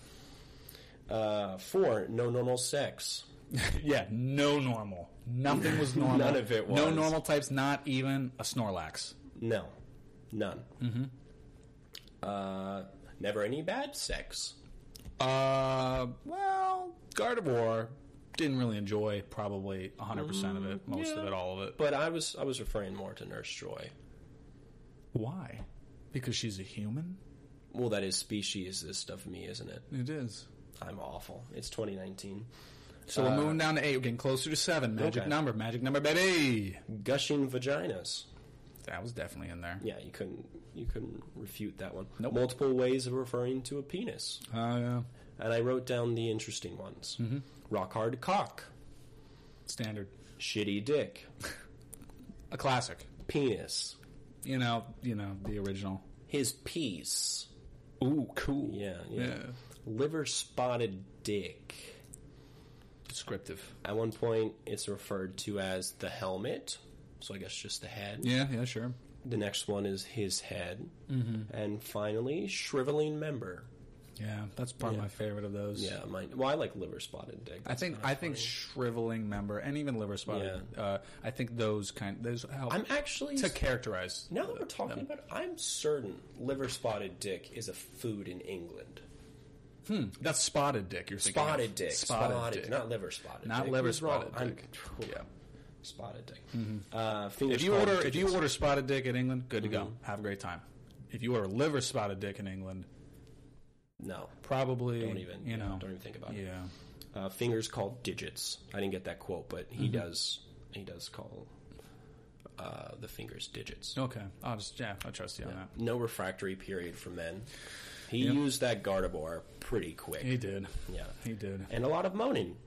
S1: Uh, four, no normal sex.
S2: yeah, no normal. Nothing was normal.
S1: None of it
S2: No
S1: was.
S2: normal types, not even a Snorlax.
S1: No, none. Mm-hmm. Uh, never any bad sex.
S2: Uh, well, Gardevoir didn't really enjoy probably 100% of it, most of
S1: Mm, yeah.
S2: it, all of it.
S1: But I was I was referring more to Nurse Joy.
S2: Why? Because she's a human?
S1: Well, that is speciesist of me, isn't it?
S2: It is.
S1: I'm awful. It's Uh, 2019.
S2: So we're moving down to eight. We're getting closer to seven. Magic
S1: Okay.
S2: number, magic number, baby.
S1: Gushing vaginas.
S2: That was definitely in there.
S1: Yeah, you couldn't you couldn't refute that one.
S2: Nope.
S1: Multiple ways of referring to a penis,
S2: Oh, yeah.
S1: and I wrote down the interesting ones:
S2: Mm-hmm.
S1: rock hard cock,
S2: Standard.
S1: shitty dick,
S2: A classic.
S1: penis,
S2: You know, you know, the original.
S1: his piece,
S2: Ooh, cool.
S1: yeah, yeah, liver spotted dick.
S2: Descriptive.
S1: At one point, it's referred to as the helmet, so I guess just the head.
S2: Yeah, yeah, sure.
S1: The next one is his head,
S2: Mm-hmm.
S1: and finally, shriveling member.
S2: Yeah, that's probably my favorite of those.
S1: Yeah, mine. Well, I like liver spotted dick.
S2: I think I think shriveling member and even liver spotted. Uh, I think those kind those help
S1: I'm actually
S2: to characterize.
S1: Now that we're talking
S2: Um,
S1: about it, I'm certain liver spotted dick is a food in England.
S2: That's spotted dick. You're thinking of.
S1: Spotted dick.
S2: Spotted,
S1: Spotted,
S2: dick.
S1: not liver spotted.
S2: Not
S1: dick.
S2: liver
S1: Who's wrong?
S2: spotted
S1: I'm-
S2: dick. Mm-hmm.
S1: yeah. Spotted dick. Uh, fingers
S2: if you
S1: crossed
S2: order
S1: it
S2: if you
S1: is.
S2: order spotted dick in England, good to go.
S1: Mm-hmm.
S2: Have a great time. If you order liver spotted dick in England,
S1: no,
S2: probably
S1: don't even
S2: you know
S1: don't even think about it.
S2: yeah.
S1: Uh, fingers called digits. I didn't get that quote, but he
S2: Mm-hmm.
S1: does he does call uh, the fingers digits.
S2: Okay, I'll just yeah, I trust you on that.
S1: No refractory period for men. He used that Gardevoir pretty quick.
S2: He did.
S1: yeah,
S2: He did.
S1: and a lot of moaning.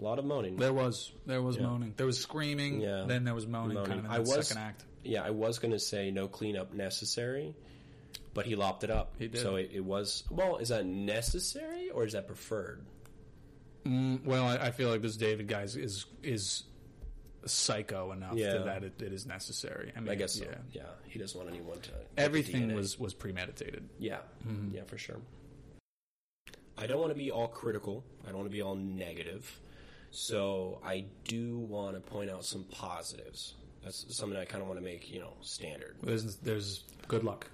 S1: A lot of moaning.
S2: There was there was moaning. There was screaming.
S1: Yeah.
S2: Then there was moaning, kind of in
S1: I
S2: the
S1: was-
S2: second act.
S1: Yeah, I was going to say no cleanup necessary, but he lopped it up. He
S2: did.
S1: So it, it was. Well, is that necessary or is that preferred?
S2: Mm, Well, I, I feel like this David guy is is, is psycho enough
S1: Yeah.
S2: to, that it, it is necessary. I mean,
S1: I guess so.
S2: yeah.
S1: Yeah. He doesn't want anyone to. get the
S2: Everything
S1: DNA.
S2: was was premeditated.
S1: Yeah. Yeah, for sure. I don't want to be all critical. I don't want to be all negative. So I do want to point out some positives. That's something I kind of want to make, you know, standard.
S2: There's there's good luck.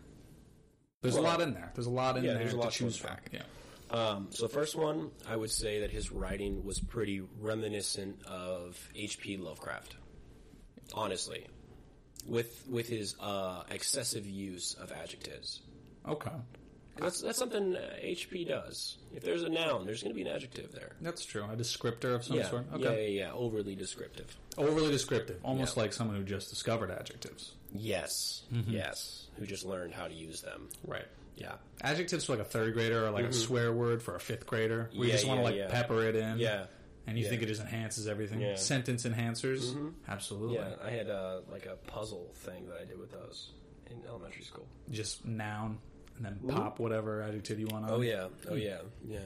S2: There's
S1: Well,
S2: a lot in there. There's a lot in
S1: yeah,
S2: there
S1: there's a lot
S2: to
S1: to
S2: choose from.
S1: unpack.
S2: Yeah.
S1: Um, so the first one, I would say that his writing was pretty reminiscent of H.P. Lovecraft. Honestly, with with his uh, excessive use of adjectives,
S2: Okay.
S1: that's that's something uh, H.P. does. If there's a noun, there's going to be an adjective there.
S2: That's true. A descriptor of some
S1: Yeah,
S2: sort.
S1: yeah,
S2: Okay.
S1: yeah, yeah. Overly descriptive.
S2: Overly descriptive, almost like someone who just discovered adjectives.
S1: Yes, yes. Who just learned how to use them?
S2: Right.
S1: Yeah,
S2: Adjectives for like a third grader or like a swear word for a fifth grader. Where you
S1: Mm-hmm. Yeah,
S2: just want to
S1: yeah,
S2: like
S1: yeah.
S2: pepper it in.
S1: yeah,
S2: And you
S1: Yeah.
S2: think it just enhances everything.
S1: Yeah. Mm-hmm.
S2: Sentence enhancers. Absolutely.
S1: yeah. I had uh, like a puzzle thing that I did with those in elementary school.
S2: just noun and then pop whatever adjective you want on.
S1: Mm-hmm. Oh yeah, oh yeah, yeah.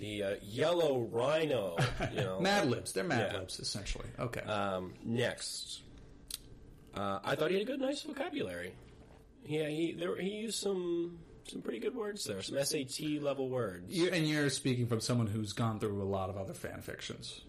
S1: The uh, yellow rhino. You know.
S2: Mad Libs. They're Mad
S1: Yeah.
S2: Libs, essentially. Okay.
S1: Um, next, uh, I thought he had a good, nice vocabulary. Yeah, he there, he used some some pretty good words there, some SAT level words.
S2: you and you're speaking from someone who's gone through a lot of other fan fictions.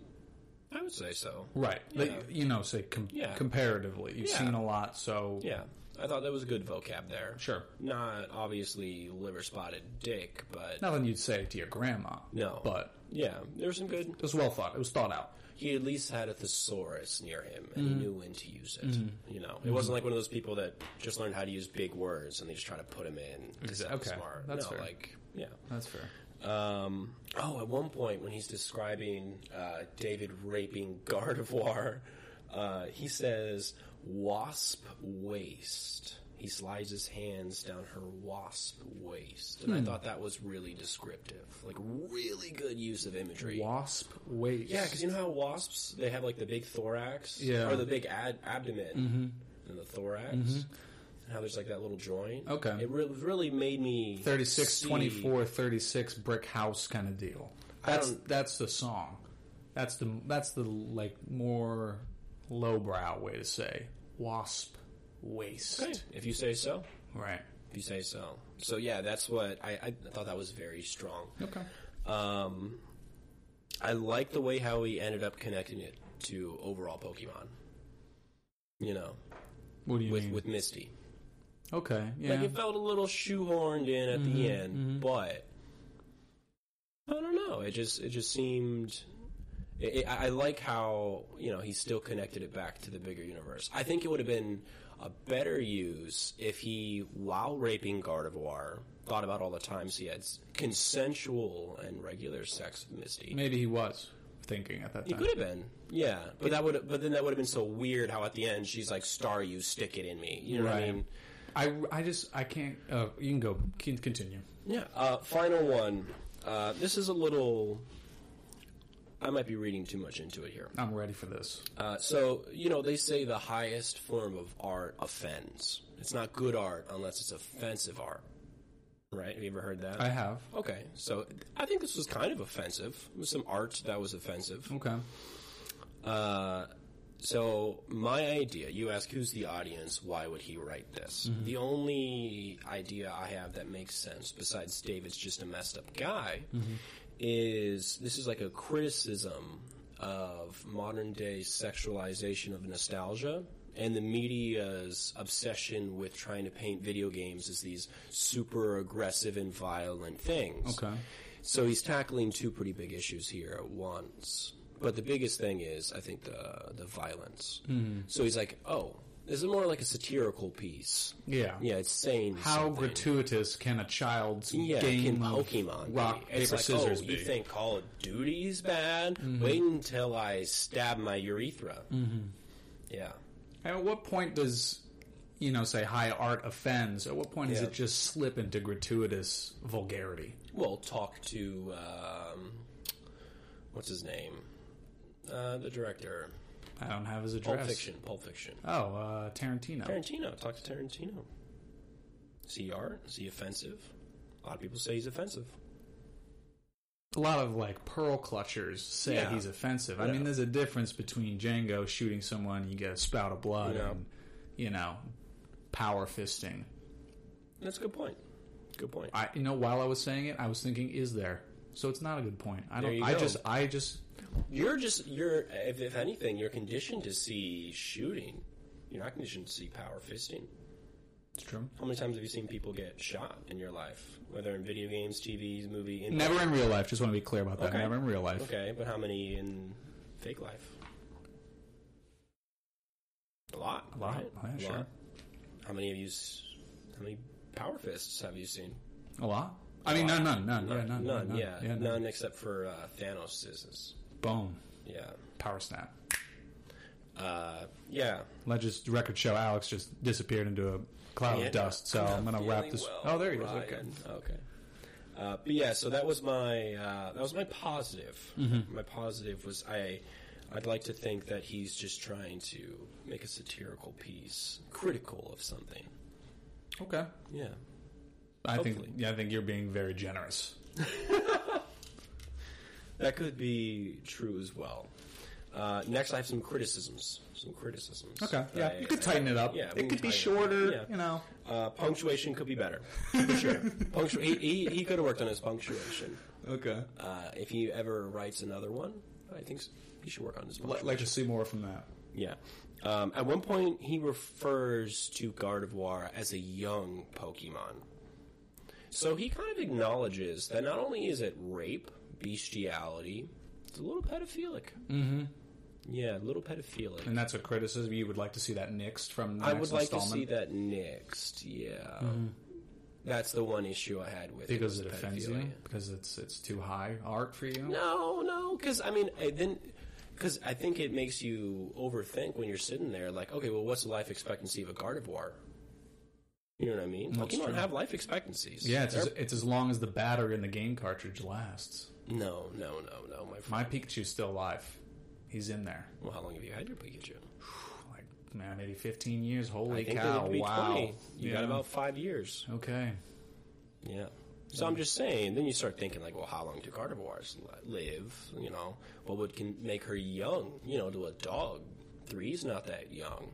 S1: I would say so.
S2: Right.
S1: Yeah.
S2: Like, you know, say com-
S1: Yeah.
S2: comparatively. You've
S1: Yeah.
S2: seen a lot, so.
S1: Yeah, I thought that was good vocab there.
S2: Sure.
S1: Not obviously liver spotted dick, but
S2: Nothing you'd say to your grandma.
S1: No.
S2: But
S1: yeah, there was some good.
S2: it was well thought. It was thought out.
S1: he at least had a thesaurus near him and
S2: Mm-hmm.
S1: he knew when to use it. You know, it wasn't like one of those people that just learned how to use big words and they just try to put them in. to sound
S2: Okay,
S1: smart.
S2: that's
S1: no,
S2: fair.
S1: like yeah.
S2: That's fair.
S1: Um, oh, at one point when he's describing uh, David raping Gardevoir, uh, he says "wasp waist." He slides his hands down her wasp waist, and I
S2: Hmm.
S1: thought that was really descriptive, like really good use of imagery.
S2: Wasp waist.
S1: Yeah, because you know how wasps they have like the big thorax,
S2: Yeah. Mm-hmm.
S1: or the big ad- abdomen and the thorax, and how there's like that little joint.
S2: Okay.
S1: it re- really made me
S2: 36,
S1: see-
S2: 24, 36 brick house kind of deal.
S1: I
S2: That's
S1: don't-
S2: that's the song. That's the that's the like more lowbrow way to say wasp waste.
S1: Okay, if you say so,
S2: Right.
S1: if you say so. So yeah, that's what I, I thought that was very strong.
S2: Okay.
S1: Um, I like the way how he ended up connecting it to overall Pokemon. You know,
S2: What do you
S1: with
S2: mean?
S1: with Misty.
S2: okay, yeah. Mm-hmm,
S1: Like it felt a little shoehorned in at the end, but I don't know. It just it just seemed. It, it, I I like how you know he still connected it back to the bigger universe. I think it would have been a better use if he, while raping Gardevoir, thought about all the times he had s- consensual and regular sex with Misty.
S2: Maybe he was thinking at that
S1: He
S2: time.
S1: could have been, yeah. But that would, but then that would have been so weird. How at the end she's like, "Star, you stick it in me." You know what I
S2: Right.
S1: mean?
S2: I, I just I can't. Uh, you can go. Can continue.
S1: Yeah. Uh, final one. Uh, this is a little. I might be reading too much into it here.
S2: I'm ready for this.
S1: Uh, so you know they say the highest form of art offends. It's not good art unless it's offensive art, right? Have you ever heard that?
S2: I have.
S1: okay, so I think this was kind of offensive. It was some art that was offensive.
S2: Okay.
S1: So my idea, you ask who's the audience, why would he write this? The only idea I have that makes sense, besides David's just a messed up guy, is this is like a criticism of modern day sexualization of nostalgia and the media's obsession with trying to paint video games as these super aggressive and violent things.
S2: Okay.
S1: So he's tackling two pretty big issues here at once. But the biggest thing is, I think, the the violence.
S2: Mm-hmm.
S1: So he's like, oh, this is more like a satirical piece.
S2: Yeah.
S1: Yeah, it's saying
S2: How
S1: something.
S2: gratuitous can a child's
S1: yeah,
S2: game
S1: can
S2: of
S1: Pokemon be?
S2: rock
S1: it's
S2: paper
S1: like,
S2: scissors
S1: oh,
S2: be? Mm-hmm.
S1: you think Call of Duty's bad? Wait until I stab my urethra. Mm-hmm. Yeah,
S2: At what point does you know say high art offends? At what point does
S1: Yeah.
S2: it just slip into gratuitous vulgarity?
S1: well, talk to um, what's his name, uh, the director,
S2: I don't have his
S1: Pulp
S2: address.
S1: Fiction, Pulp Fiction.
S2: Oh, uh, Tarantino.
S1: Tarantino. Talk to Tarantino. Is he art? Is he offensive? A lot of people say he's offensive.
S2: a lot of like pearl clutchers say
S1: Yeah.
S2: he's offensive. I
S1: Yeah.
S2: mean, there's a difference between Django shooting someone, you get a spout of blood,
S1: Yeah.
S2: and you know, power fisting.
S1: That's a good point. Good point.
S2: I, you know, while I was saying it, I was thinking, is there? So it's not a good point. I
S1: There
S2: don't.
S1: you
S2: I
S1: go.
S2: just. I just.
S1: You're just you're if, if anything, you're conditioned to see shooting. You're not conditioned to see power fisting.
S2: It's true.
S1: How many times have you seen people get shot in your life? Whether in video games, TVs, movie, in-
S2: Never in real life. Just want to be clear about that.
S1: Okay.
S2: Never in real life.
S1: Okay, but how many in fake life? A lot.
S2: A lot.
S1: right?
S2: Oh, yeah,
S1: A
S2: sure.
S1: lot. How many of you? s- How many power fists have you seen?
S2: A lot. I mean, none, none, none, yeah, none,
S1: None, yeah.
S2: yeah,
S1: none except for uh, Thanos'
S2: Boom,
S1: Yeah.
S2: power snap.
S1: Uh, yeah.
S2: Let just record show. Alex just disappeared into a cloud
S1: Yeah.
S2: of Oh, dust. So I'm gonna
S1: Not
S2: wrap
S1: feeling
S2: this.
S1: well,
S2: oh, there he is. Okay.
S1: Ryan. Okay. Uh, but yeah, so that was my uh, that was my positive. My positive was I I'd like to think that he's just trying to make a satirical piece, critical of something.
S2: Okay.
S1: Yeah.
S2: I
S1: Hopefully.
S2: think yeah, I think you're being very generous.
S1: That could be true as well. Uh, next, I have some criticisms. Some criticisms. that
S2: Yeah,
S1: I-
S2: you could tighten it up.
S1: Yeah, we
S2: it could
S1: can tighten
S2: be
S1: it up.
S2: shorter.
S1: Yeah.
S2: You know.
S1: Uh, punctuation could be better. For sure. Punctu- he, he, he could have worked on his punctuation.
S2: Okay.
S1: Uh, if he ever writes another one, I think s he should work on his
S2: I'd
S1: punctuation.
S2: like to see more from that.
S1: yeah. Um, at one point, he refers to Gardevoir as a young Pokemon. So he kind of acknowledges that not only is it rape, bestiality, it's a little pedophilic. Mm-hmm. Yeah, a little pedophilic.
S2: And that's a criticism. You would like to see that nixed from the
S1: I
S2: next
S1: would like to
S2: installment
S1: see that next. Yeah, that's the one issue I had with
S2: Mm-hmm. because
S1: was
S2: it
S1: the
S2: offends
S1: pedophilia.
S2: you because it's it's too high art for you.
S1: No, no, because I mean, I, then because I think it makes you overthink when you're sitting there. Like, okay, well, what's the life expectancy of a Gardevoir? You know what I mean?
S2: That's
S1: Pokemon
S2: true.
S1: have life expectancies.
S2: Yeah, it's as,
S1: They're-
S2: it's as long as the battery in the game cartridge lasts.
S1: no, no, no, no. My, friend.
S2: My Pikachu's still alive. He's in there.
S1: well, how long have you had your Pikachu?
S2: Like man, maybe 15 years. Holy
S1: I think they
S2: cow!
S1: live to be
S2: wow.
S1: 20. You got
S2: Yeah.
S1: about five years.
S2: Okay.
S1: Yeah. So I'm just saying. Then you start thinking like, well, how long do carnivores li- live? You know, what would can make her young? You know, to a dog, three's not that young.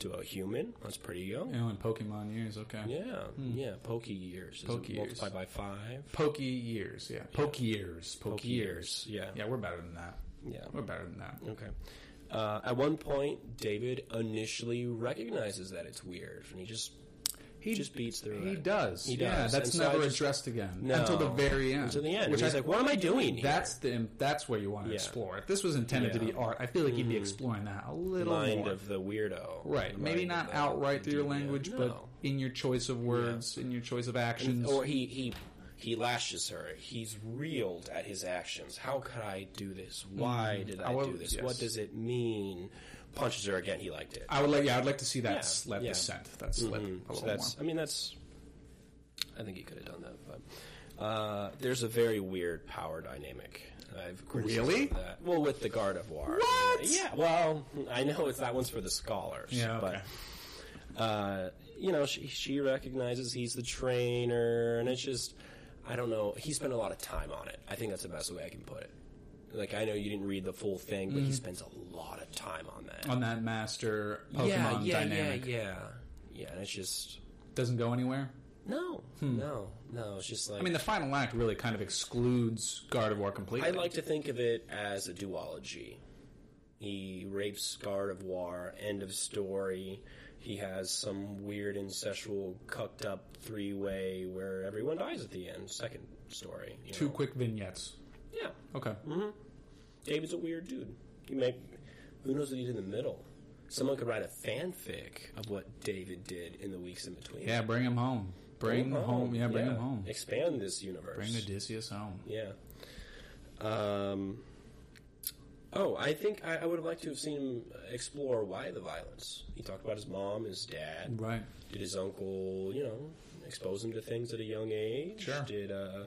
S1: to a human. That's pretty young.
S2: You know, in Oh, Pokemon years, okay.
S1: Yeah, yeah. Pokey years.
S2: Hmm. Pokey
S1: Pokey
S2: years.
S1: multiplied by five.
S2: Pokey years, yeah. Pokey years, Pokey
S1: years,
S2: years,
S1: yeah.
S2: Yeah, we're better than that.
S1: Yeah.
S2: We're better than that.
S1: Okay. Uh, at one point, David initially recognizes that it's weird, and he just
S2: He
S1: just beats through
S2: He
S1: it.
S2: does.
S1: He
S2: Yeah,
S1: does.
S2: that's
S1: And so I
S2: never
S1: just-
S2: addressed again
S1: No.
S2: until the very end.
S1: Until the end,
S2: which
S1: which
S2: I
S1: he's like, "What am I doing?" Here?
S2: That's the im- that's where you want to
S1: Yeah.
S2: explore. If this was intended to
S1: Yeah. Mm-hmm.
S2: be art, I feel like you'd be exploring that a little
S1: mind
S2: more.
S1: of the weirdo,
S2: right,
S1: The
S2: maybe
S1: mind
S2: not
S1: of the-
S2: outright through your
S1: Yeah.
S2: language, but
S1: No.
S2: in your choice of words, in your choice of actions.
S1: or he he he lashes her. He's reeled at his actions. How could I do this? Why did I,
S2: Mm-hmm. I would-
S1: do this?
S2: yes.
S1: What does it mean? Punches her again. He liked it.
S2: I would like, yeah, I'd like to see that
S1: Yeah,
S2: slip
S1: yeah. Mm-hmm.
S2: descent, that slip a
S1: Mm. So
S2: little
S1: that's.
S2: more.
S1: I mean, that's. I think he could have done that, but uh, there's a very weird power dynamic. I've criticism
S2: Really?
S1: of That. Well, with the Gardevoir.
S2: What?
S1: Yeah. Well, I know it's that one's for the scholars.
S2: Yeah,
S1: But
S2: okay.
S1: uh, you know, she, she recognizes he's the trainer, and it's just, I don't know. He spent a lot of time on it. I think that's the best way I can put it. Like, I know you didn't read the full thing,
S2: Mm.
S1: but he spends a lot of time on that.
S2: On that master Pokemon
S1: yeah, yeah,
S2: Oh, dynamic,
S1: yeah, yeah, yeah. And it's just
S2: doesn't go anywhere.
S1: no, no, no. It's just like
S2: Hmm. I mean, the final act really kind of excludes Gardevoir completely.
S1: I like to think of it as a duology. He rapes Gardevoir, end of story. He has some weird incestual cucked up three way where everyone dies at the end, second story. you
S2: two
S1: know?
S2: quick vignettes.
S1: Yeah.
S2: Okay.
S1: Mm-hmm. David's a weird dude. He may who knows what he did in the middle. Someone could write a fanfic of what David did in the weeks in between.
S2: Yeah, bring him home. Bring, home. Yeah, bring him home.
S1: Expand this universe.
S2: Bring Odysseus home.
S1: Yeah. Um, oh, I think I, I would have liked to have seen him explore why the violence. He talked about his mom, his dad.
S2: Right.
S1: Did his uncle, you know, expose him to things at a young age?
S2: Sure.
S1: Did uh,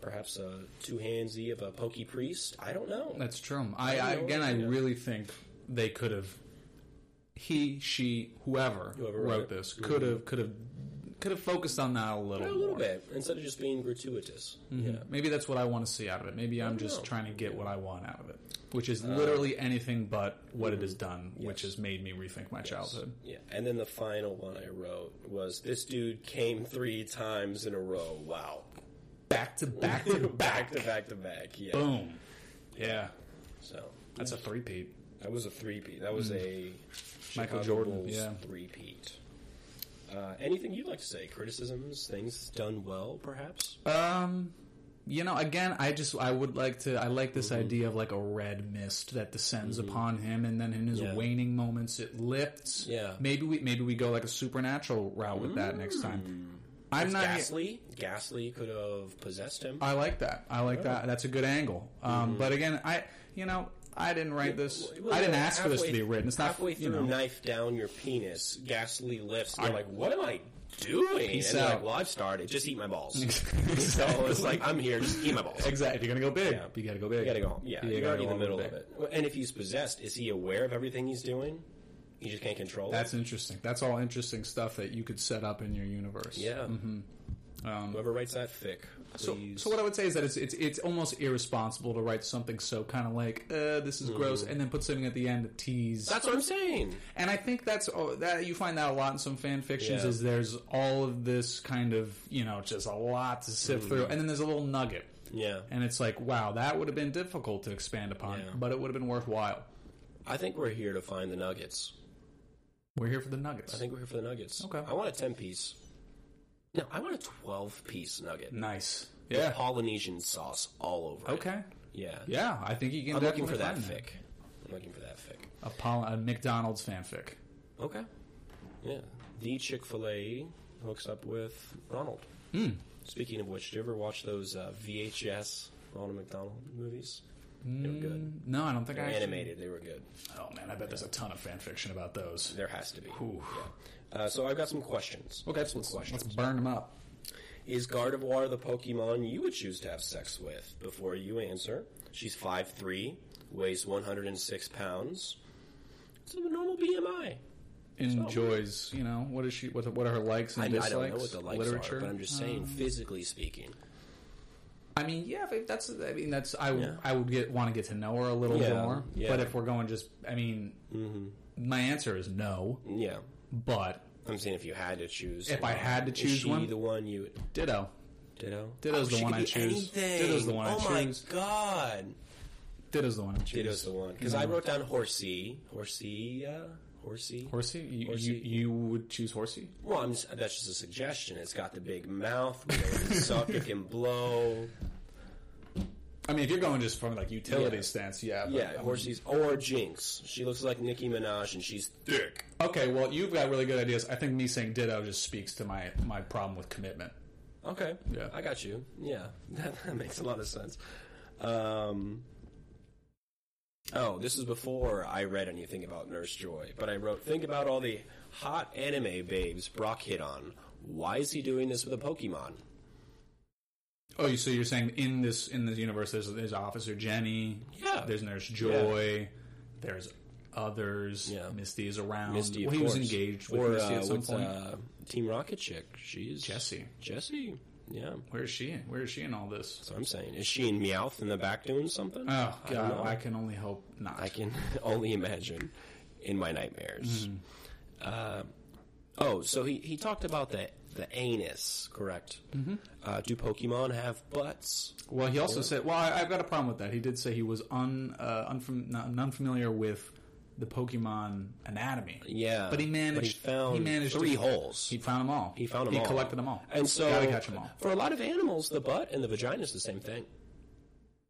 S1: perhaps a two handsy of a pokey priest? I don't know.
S2: That's true. I,
S1: don't
S2: I
S1: know.
S2: again, I
S1: Yeah.
S2: really think they could have. He, she, whoever,
S1: Whoever
S2: wrote,
S1: wrote it.
S2: this could have could have could have focused on that a little.
S1: a little
S2: more. Mm-hmm.
S1: bit instead of just being gratuitous. Yeah.
S2: Maybe that's what I want to see out of it. Maybe I'm just
S1: know. Uh,
S2: trying to get what I want out of it, which is literally anything but what it
S1: mm-hmm.
S2: has done, which has made me rethink my childhood.
S1: Yeah, and then the final one I wrote was this dude came three times in a row. Wow,
S2: Back to back to
S1: back to back to back. Yeah,
S2: boom. Yeah,
S1: so
S2: that's a three peat.
S1: That was a three-peat. That was a
S2: Hmm.
S1: Chicago
S2: Michael Jordan,
S1: Bulls
S2: yeah.
S1: three-peat. Uh, anything you'd like to say? Criticisms, things done well, perhaps.
S2: Um, you know, again, I just I would like to. I like
S1: Mm-hmm.
S2: this idea of like a red mist that descends upon him, and then in his
S1: Yeah.
S2: waning moments, it lifts.
S1: Yeah.
S2: maybe we maybe we go like a supernatural route with that next time. I'm not.
S1: Mm. Ghastly, Ghastly could have possessed him.
S2: I like that. I like that. That's a good angle. Um, but again, I you know I didn't write this.
S1: Well,
S2: I
S1: Mm-hmm.
S2: didn't
S1: yeah,
S2: ask for this to
S1: halfway-
S2: be written. It's not
S1: halfway through
S2: You know,
S1: knife down your penis. Ghastly lifts. And you're like, what am I doing?
S2: Peace
S1: and you're
S2: out.
S1: like, well, I've started. Just eat my balls. so it's like I'm here. Just eat my balls.
S2: exactly. If you're gonna go big,
S1: Yeah.
S2: you gotta go big.
S1: You gotta go home. Yeah,
S2: You
S1: you're
S2: gotta
S1: already
S2: go
S1: in the
S2: home
S1: middle
S2: big.
S1: of it. And if he's possessed, is he aware of everything he's doing? He just can't control it.
S2: That's interesting. That's all interesting stuff that you could set up in your universe.
S1: Yeah.
S2: Mm-hmm. Um,
S1: Whoever writes that thick,
S2: So,
S1: please.
S2: so what I would say is that it's it's it's almost irresponsible to write something so kind of like uh, this is gross, and then put something at the end to tease.
S1: Mm-hmm. that's what I'm saying.
S2: and I think that's oh, that you find that a lot in some fan fictions
S1: Yeah.
S2: is there's all of this kind of you know just a lot to sift through,
S1: Mm-hmm.
S2: and then there's a little nugget,
S1: Yeah,
S2: and it's like wow that would have been difficult to expand upon,
S1: Yeah.
S2: but it would have been worthwhile.
S1: I think we're here to find the nuggets.
S2: We're here for the nuggets.
S1: I think we're here for the nuggets.
S2: Okay.
S1: I want a ten piece. No, I want a twelve piece nugget.
S2: nice. Yeah.
S1: Polynesian sauce all over. it.
S2: Okay.
S1: Yeah.
S2: Yeah, I think you can.
S1: I'm looking
S2: definitely
S1: for that
S2: find
S1: thick. I'm looking for that thick.
S2: A, Paul- a McDonald's fanfic.
S1: Okay. Yeah. The Chick Fil A hooks up with Ronald.
S2: Hmm.
S1: Speaking of which, do you ever watch those uh, VHS Ronald McDonald movies? They were good.
S2: No, I don't think I Mm, actually-
S1: Animated, they were good.
S2: Oh man, I bet there's a ton of fan fiction about those.
S1: There has to be. Yeah. Uh, so I've got some questions.
S2: Okay, so let's, let's burn them up.
S1: Is Gardevoir the Pokemon you would choose to have sex with? Before you answer, she's 5'3", weighs 106 pounds. It's a normal BMI.
S2: Enjoys, you know, what is she? What, what are her likes and
S1: I, I
S2: dislikes?
S1: don't know what the likes
S2: Literature. Uh, Um.
S1: are, but I'm just saying, physically speaking.
S2: I mean, yeah, if that's. I mean, that's. I,
S1: Yeah.
S2: I would get want to get to know her a little
S1: Yeah, Mm-hmm.
S2: more.
S1: yeah.
S2: But if we're going just, I mean, My answer is no,
S1: Yeah.
S2: but
S1: I'm saying if you had to choose.
S2: If I had to
S1: is
S2: choose
S1: she
S2: one?
S1: the one you would.
S2: ditto.
S1: Ditto? Oh,
S2: Ditto's the
S1: she
S2: one
S1: could
S2: I
S1: be
S2: choose.
S1: Anything.
S2: Ditto's the one I
S1: oh my
S2: choose.
S1: god.
S2: Ditto's the one I choose.
S1: Ditto's the one.
S2: Mm.
S1: Because I wrote down horsey. Horsey? Uh, horsey?
S2: Horsey? You,
S1: Horsey.
S2: You, you would choose Horsey?
S1: Well, I'm just, that's just a suggestion. It's got the big mouth. We know it can suck, it can blow.
S2: I mean, if you're going just from like utility
S1: Yeah.
S2: stance, yeah. but-
S1: Yeah, horsey's or Jinx. She looks like Nicki Minaj, and she's thick.
S2: Okay, well, you've got really good ideas. I think me saying ditto just speaks to my, my problem with commitment.
S1: Okay,
S2: Yeah.
S1: I got you. Yeah, that, that makes a lot of sense. Um, oh, this is before I read anything about Nurse Joy, but I wrote, "Think about all the hot anime babes Brock hit on. Why is he doing this with a Pokemon?"
S2: Oh, you- so you're saying in this in this universe, there's, there's Officer Jenny,
S1: Yeah.
S2: there's Nurse Joy, there's others.
S1: Yeah.
S2: Misty is around.
S1: Misty, of
S2: well, he was
S1: course.
S2: engaged with
S1: or,
S2: Misty
S1: uh,
S2: at some
S1: with,
S2: point.
S1: uh, Team Rocket chick. She's
S2: Jessie.
S1: Jessie. Yeah.
S2: Where is she? Where is she in all this?
S1: That's what I'm saying. Is she in Meowth in the back doing something?
S2: Oh
S1: I don't
S2: God,
S1: know.
S2: I, can only hope not.
S1: I can only imagine in my nightmares.
S2: Mm-hmm.
S1: Uh, oh, so he, he talked about the, the anus, correct? Mm-hmm. Uh, do Pokemon have butts?
S2: Well, he also said, well, I, I've got a problem with that. He did say he was un, uh, unfam- not, unfamiliar with the Pokemon anatomy.
S1: Yeah,
S2: but he managed.
S1: but he found
S2: managed
S1: three
S2: to-
S1: holes.
S2: He found them all.
S1: He found them
S2: he
S1: all.
S2: collected them all.
S1: And so,
S2: gotta catch them all.
S1: for a lot of animals, the butt and the vagina is the same thing.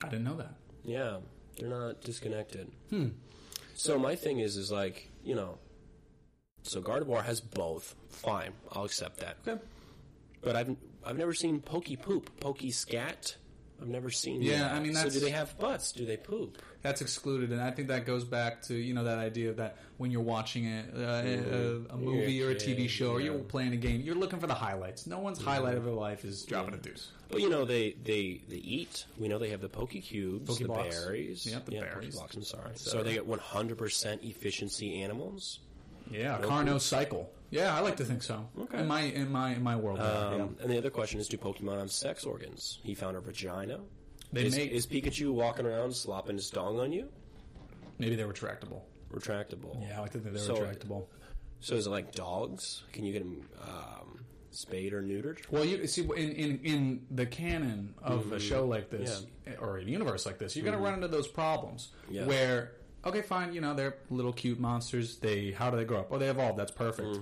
S2: I didn't know that.
S1: Yeah, they're not disconnected. Hmm. So my thing is, is like you know, so Gardevoir has both. Fine, I'll accept that.
S2: Okay.
S1: But I've I've never seen pokey poop, pokey scat. I've never seen.
S2: Yeah,
S1: that.
S2: I mean,
S1: so
S2: that's-
S1: do they have butts? Do they poop?
S2: That's excluded, and I think that goes back to you know that idea that when you're watching a, a, a, a movie or a TV show or you're playing a game, you're looking for the highlights. No
S1: Mm-hmm.
S2: one's highlight of their life is dropping a deuce.
S1: But you know they they they eat. We know they have the pokey cubes, the
S2: Pokebox.
S1: berries.
S2: Yeah, the berries.
S1: Pokebox, I'm sorry. So are they get 100% efficiency animals.
S2: Yeah, Carnot cycle. Yeah, I like to think so.
S1: Okay.
S2: In my in my in my world,
S1: Um,
S2: yeah.
S1: And the other question is, do Pokemon have sex organs? He found a vagina.
S2: They
S1: is,
S2: make-
S1: is Pikachu walking around slopping his dong on you?
S2: maybe they're retractable.
S1: Retractable.
S2: Yeah, I like to think they're
S1: So-
S2: retractable.
S1: So is it like dogs? Can you get them um, spayed or neutered?
S2: Well, you see, in in, in the canon of a show like this or a universe like this, you're going to run into those problems
S1: Yeah.
S2: where okay, fine, you know they're little cute monsters. They how do they grow up? Oh, they evolve. That's perfect.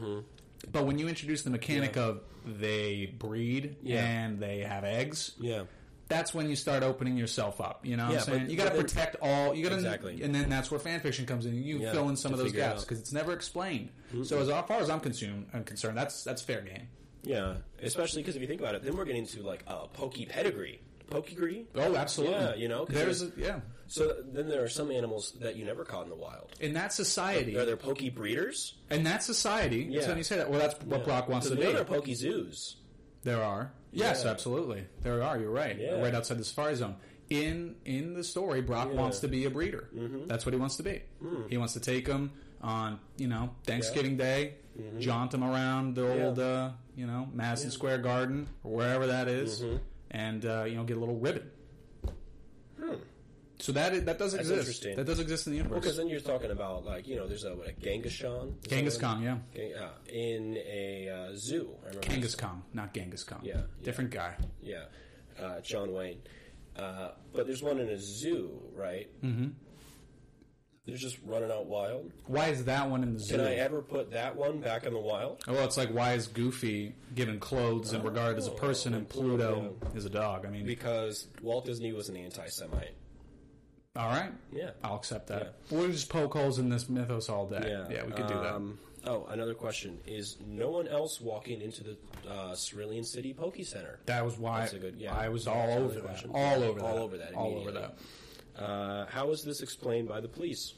S2: But when you introduce the mechanic of they breed
S1: Yeah.
S2: and they have eggs,
S1: Yeah.
S2: that's when you start opening yourself up. You know what
S1: Yeah,
S2: I'm saying?
S1: but-
S2: you got
S1: but
S2: to
S1: then-
S2: protect all. You got to
S1: Exactly.
S2: and then that's where fan fiction comes in. You
S1: Yeah,
S2: fill in some
S1: to
S2: of those
S1: figure it
S2: gaps
S1: out.
S2: because it's never explained. So as far as I'm consumed, I'm concerned, that's that's fair game.
S1: Yeah. Especially because if you think about it, then we're getting to like a Poke pedigree. Pokegree?
S2: Oh, absolutely.
S1: Yeah, you know, 'cause
S2: there's a,
S1: there's-
S2: yeah.
S1: So then there are some animals that you never caught in the wild.
S2: In that society,
S1: Are there Poke breeders?
S2: in that society,
S1: Yeah.
S2: so when you say that, well, that's what Brock wants
S1: So
S2: to be.
S1: there are Poke zoos.
S2: There are, yes,
S1: Yeah.
S2: absolutely, there are. You're right,
S1: Yeah.
S2: right outside the safari zone. In in the story, Brock wants to be a breeder.
S1: Mm-hmm.
S2: That's what he wants to be.
S1: Mm.
S2: He wants to take them on, you know, Thanksgiving Day,
S1: Mm-hmm.
S2: jaunt them around the old, uh, you know, Madison Square Garden or wherever that is,
S1: Mm-hmm.
S2: and uh, you know, get a little ribbon. So that is, that does exist.
S1: Hmm. interesting.
S2: That does exist in the universe.
S1: Because then you're talking about like you know, there's a, what, a Genghis-Khan. Is that
S2: Genghis
S1: what-
S2: Khan, yeah.
S1: Gang- uh, in a uh, zoo. I remember.
S2: Genghis Khan, not Genghis Khan.
S1: Yeah, yeah.
S2: Different guy.
S1: Yeah, uh, John Wayne. Uh, but there's one in a zoo, right? Mm-hmm. They're just running out wild.
S2: Why is that one in the zoo?
S1: Can I ever put that one back in the wild?
S2: well, it's like why is Goofy given clothes and regarded as a person and Pluto is a dog? I mean,
S1: Because Walt Disney was an anti-Semite.
S2: all right.
S1: Yeah.
S2: I'll accept that. We'll just poke holes in this mythos all day. Yeah, we could do that.
S1: Um, Oh, another question: Is no one else walking into the uh, Cerulean City Poke Center?
S2: That was why
S1: that's a good- yeah,
S2: I was
S1: that's
S2: all
S1: another
S2: over that.
S1: question.
S2: All over that.
S1: All over that
S2: All over
S1: immediately.
S2: that.
S1: Uh, how is this explained by the police?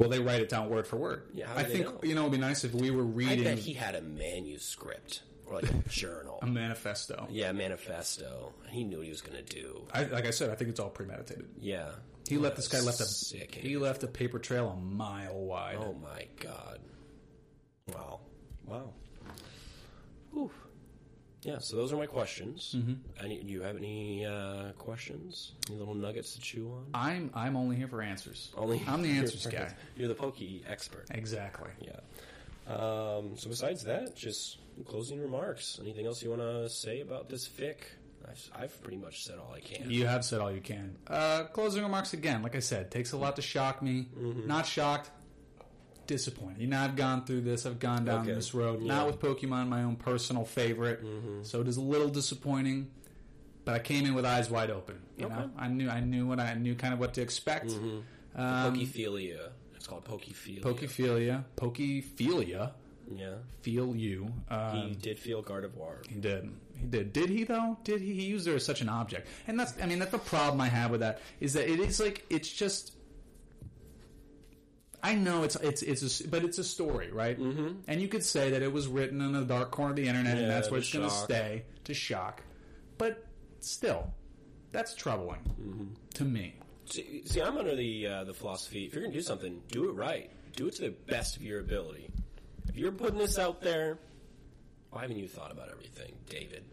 S2: Well, they write it down word for word.
S1: Yeah, how do
S2: I
S1: they
S2: think
S1: know?
S2: you know it'd be nice if we were
S1: I
S2: reading
S1: bet he had a manuscript or like a journal.
S2: a manifesto.
S1: Yeah, manifesto. He knew what he was gonna do.
S2: I, like I said, I think it's all premeditated.
S1: Yeah.
S2: He left this guy left a
S1: sick eh?
S2: he left a paper trail a mile wide.
S1: Oh my god. Wow. Wow. Whew. yeah, so those are my questions.
S2: Mm-hmm.
S1: Any, you have any uh, questions? Any little nuggets to chew on?
S2: I'm I'm only here for answers.
S1: Only
S2: I'm the answers
S1: you're-
S2: guy.
S1: You're the pokey expert.
S2: Exactly.
S1: Yeah. Um, so besides that, just closing remarks. Anything else you want to say about this fic? I've, I've pretty much said all I can.
S2: You have said all you can. Uh, closing remarks again. Like I said, takes a lot to shock me.
S1: Mm-hmm.
S2: Not shocked, disappointed. You know, I've gone through this. I've gone down
S1: Okay.
S2: this road.
S1: Yeah. Mm-hmm.
S2: Not with Pokemon, my own personal favorite. So it is a little disappointing. But I came in with eyes wide open. You know,
S1: Okay.
S2: I knew I knew what I knew kind of what to expect.
S1: Mm-hmm.
S2: Um,
S1: Pokephilia. It's called Pokephilia.
S2: Pokephilia, Pokephilia,
S1: yeah.
S2: feel you. Um,
S1: He did feel Gardevoir.
S2: He did. He did. Did he though? Did he? He used her as such an object, and that's. I mean, that's the problem I have with that is that it is like it's just. I know it's it's it's a, s- but it's a story, right? Mm-hmm. And you could say that it was written in a dark corner of the internet,
S1: Yeah,
S2: and that's where
S1: to
S2: it's going to
S1: shock.
S2: stay to shock. But still, that's troubling
S1: Mm-hmm.
S2: to me.
S1: See, see, I'm under the uh, the philosophy: if you're going to do something, do it right. Do it to the best of your ability. If you're putting this out there, why haven't you thought about everything, David?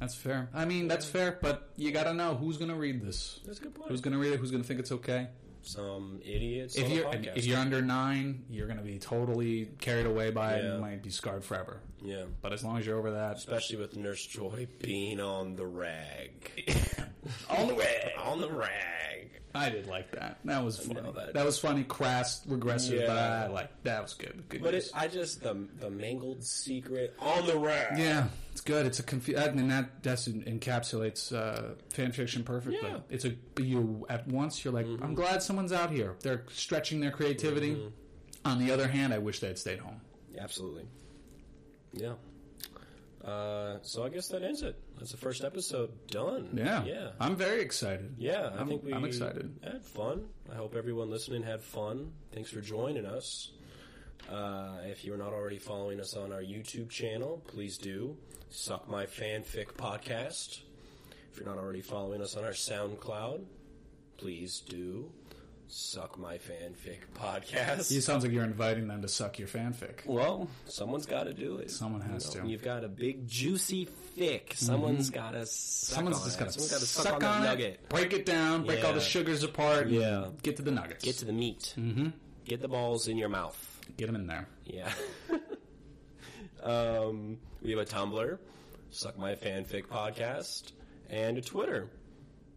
S2: That's fair. I mean, that's fair, but you got to know who's going to read this.
S1: That's a good point.
S2: Who's going to read it? Who's going to think it's okay?
S1: Some idiots.
S2: if
S1: on a
S2: you're
S1: podcast.
S2: if you're under nine, you're going to be totally carried away by it
S1: Yeah.
S2: and might be scarred forever.
S1: yeah,
S2: But as long as you're over that,
S1: especially with Nurse Joy being on the rag, on the rag, on the rag.
S2: I did like that. That was funny.
S1: that-
S2: that. was funny, crass, regressive, but
S1: Yeah.
S2: I like that was good. Good.
S1: But
S2: use.
S1: it, I just the the mangled secret on the rag.
S2: yeah, it's good. It's a confu- I mean that that's encapsulates uh, fan fiction perfectly.
S1: Yeah. Mm-hmm.
S2: It's a you at once you're like I'm glad someone's out here. They're stretching their creativity. On the other hand, I wish they had stayed home.
S1: Absolutely. Yeah. Uh, so I guess that ends it. That's the first episode done.
S2: Yeah,
S1: Yeah.
S2: I'm very excited.
S1: yeah, I
S2: I'm-
S1: think we
S2: I'm excited.
S1: had fun. I hope everyone listening had fun. Thanks for joining us. Uh, if you're not already following us on our YouTube channel, please do. Suck My Fanfic Podcast. If you're not already following us on our SoundCloud, please do. Suck My Fanfic Podcast.
S2: It sounds like you're inviting them to suck your fanfic.
S1: Well, someone's got to do it.
S2: Someone has
S1: you
S2: to. Mm-hmm.
S1: You've got a big juicy thick. Someone's got to. Someone's
S2: Someone's
S1: on just
S2: just got
S1: got
S2: to
S1: Someone's got to
S2: suck,
S1: suck, on that
S2: on, it,
S1: nugget.
S2: break it down, break all the
S1: Yeah.
S2: sugars apart, and
S1: Yeah.
S2: get to the nuggets.
S1: Get to the meat. Mm-hmm. Get the balls in your mouth.
S2: Get them in there.
S1: Yeah. um, we have a Tumblr, Suck My Fanfic Podcast, and a Twitter.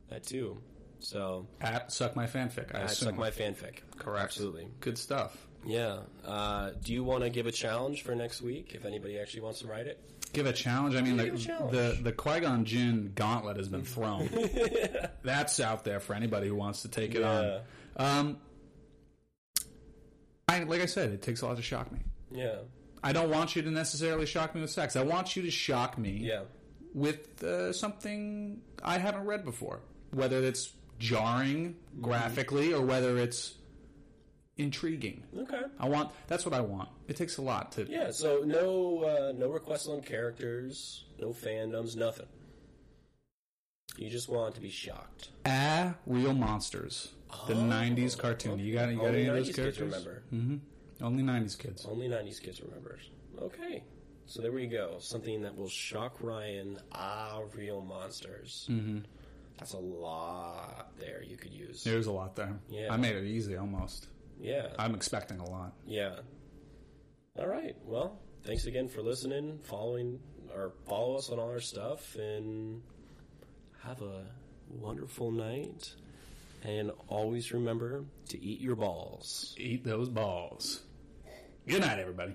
S1: That too. So,
S2: At suck my fanfic. I
S1: I
S2: assume.
S1: Suck My Fanfic.
S2: Correct.
S1: Absolutely.
S2: Good stuff.
S1: Yeah. Uh, do you want to give a challenge for next week if anybody actually wants to write it?
S2: Give a challenge. I mean, the,
S1: give a challenge.
S2: the the Qui Gon Jinn gauntlet has been thrown. That's out there for anybody who wants to take it
S1: Yeah.
S2: on. Um, I, like I said, it takes a lot to shock me.
S1: Yeah.
S2: I don't want you to necessarily shock me with sex. I want you to shock me.
S1: Yeah.
S2: with uh, something I haven't read before, whether it's jarring graphically or whether it's intriguing.
S1: Okay.
S2: I want that's what I want. It takes a lot to
S1: Yeah, so no uh, no requests on characters, no fandoms, nothing. You just want to be shocked.
S2: ah real monsters. The '90s cartoon. You got you got
S1: Oh, Only
S2: any of those
S1: 90s
S2: characters?
S1: kids remember.
S2: Only '90s kids.
S1: Only 90s kids remember. Okay. So there we go. Something that will shock Ryan. Ah, real monsters. Mm-hmm. That's a lot there you could use.
S2: There's a lot there.
S1: Yeah.
S2: I made it easy almost.
S1: Yeah.
S2: I'm expecting a lot.
S1: Yeah. All right. Well, thanks again for listening, following, or follow us on all our stuff, and have a wonderful night. And always remember to eat your balls.
S2: Eat those balls. Good night, everybody.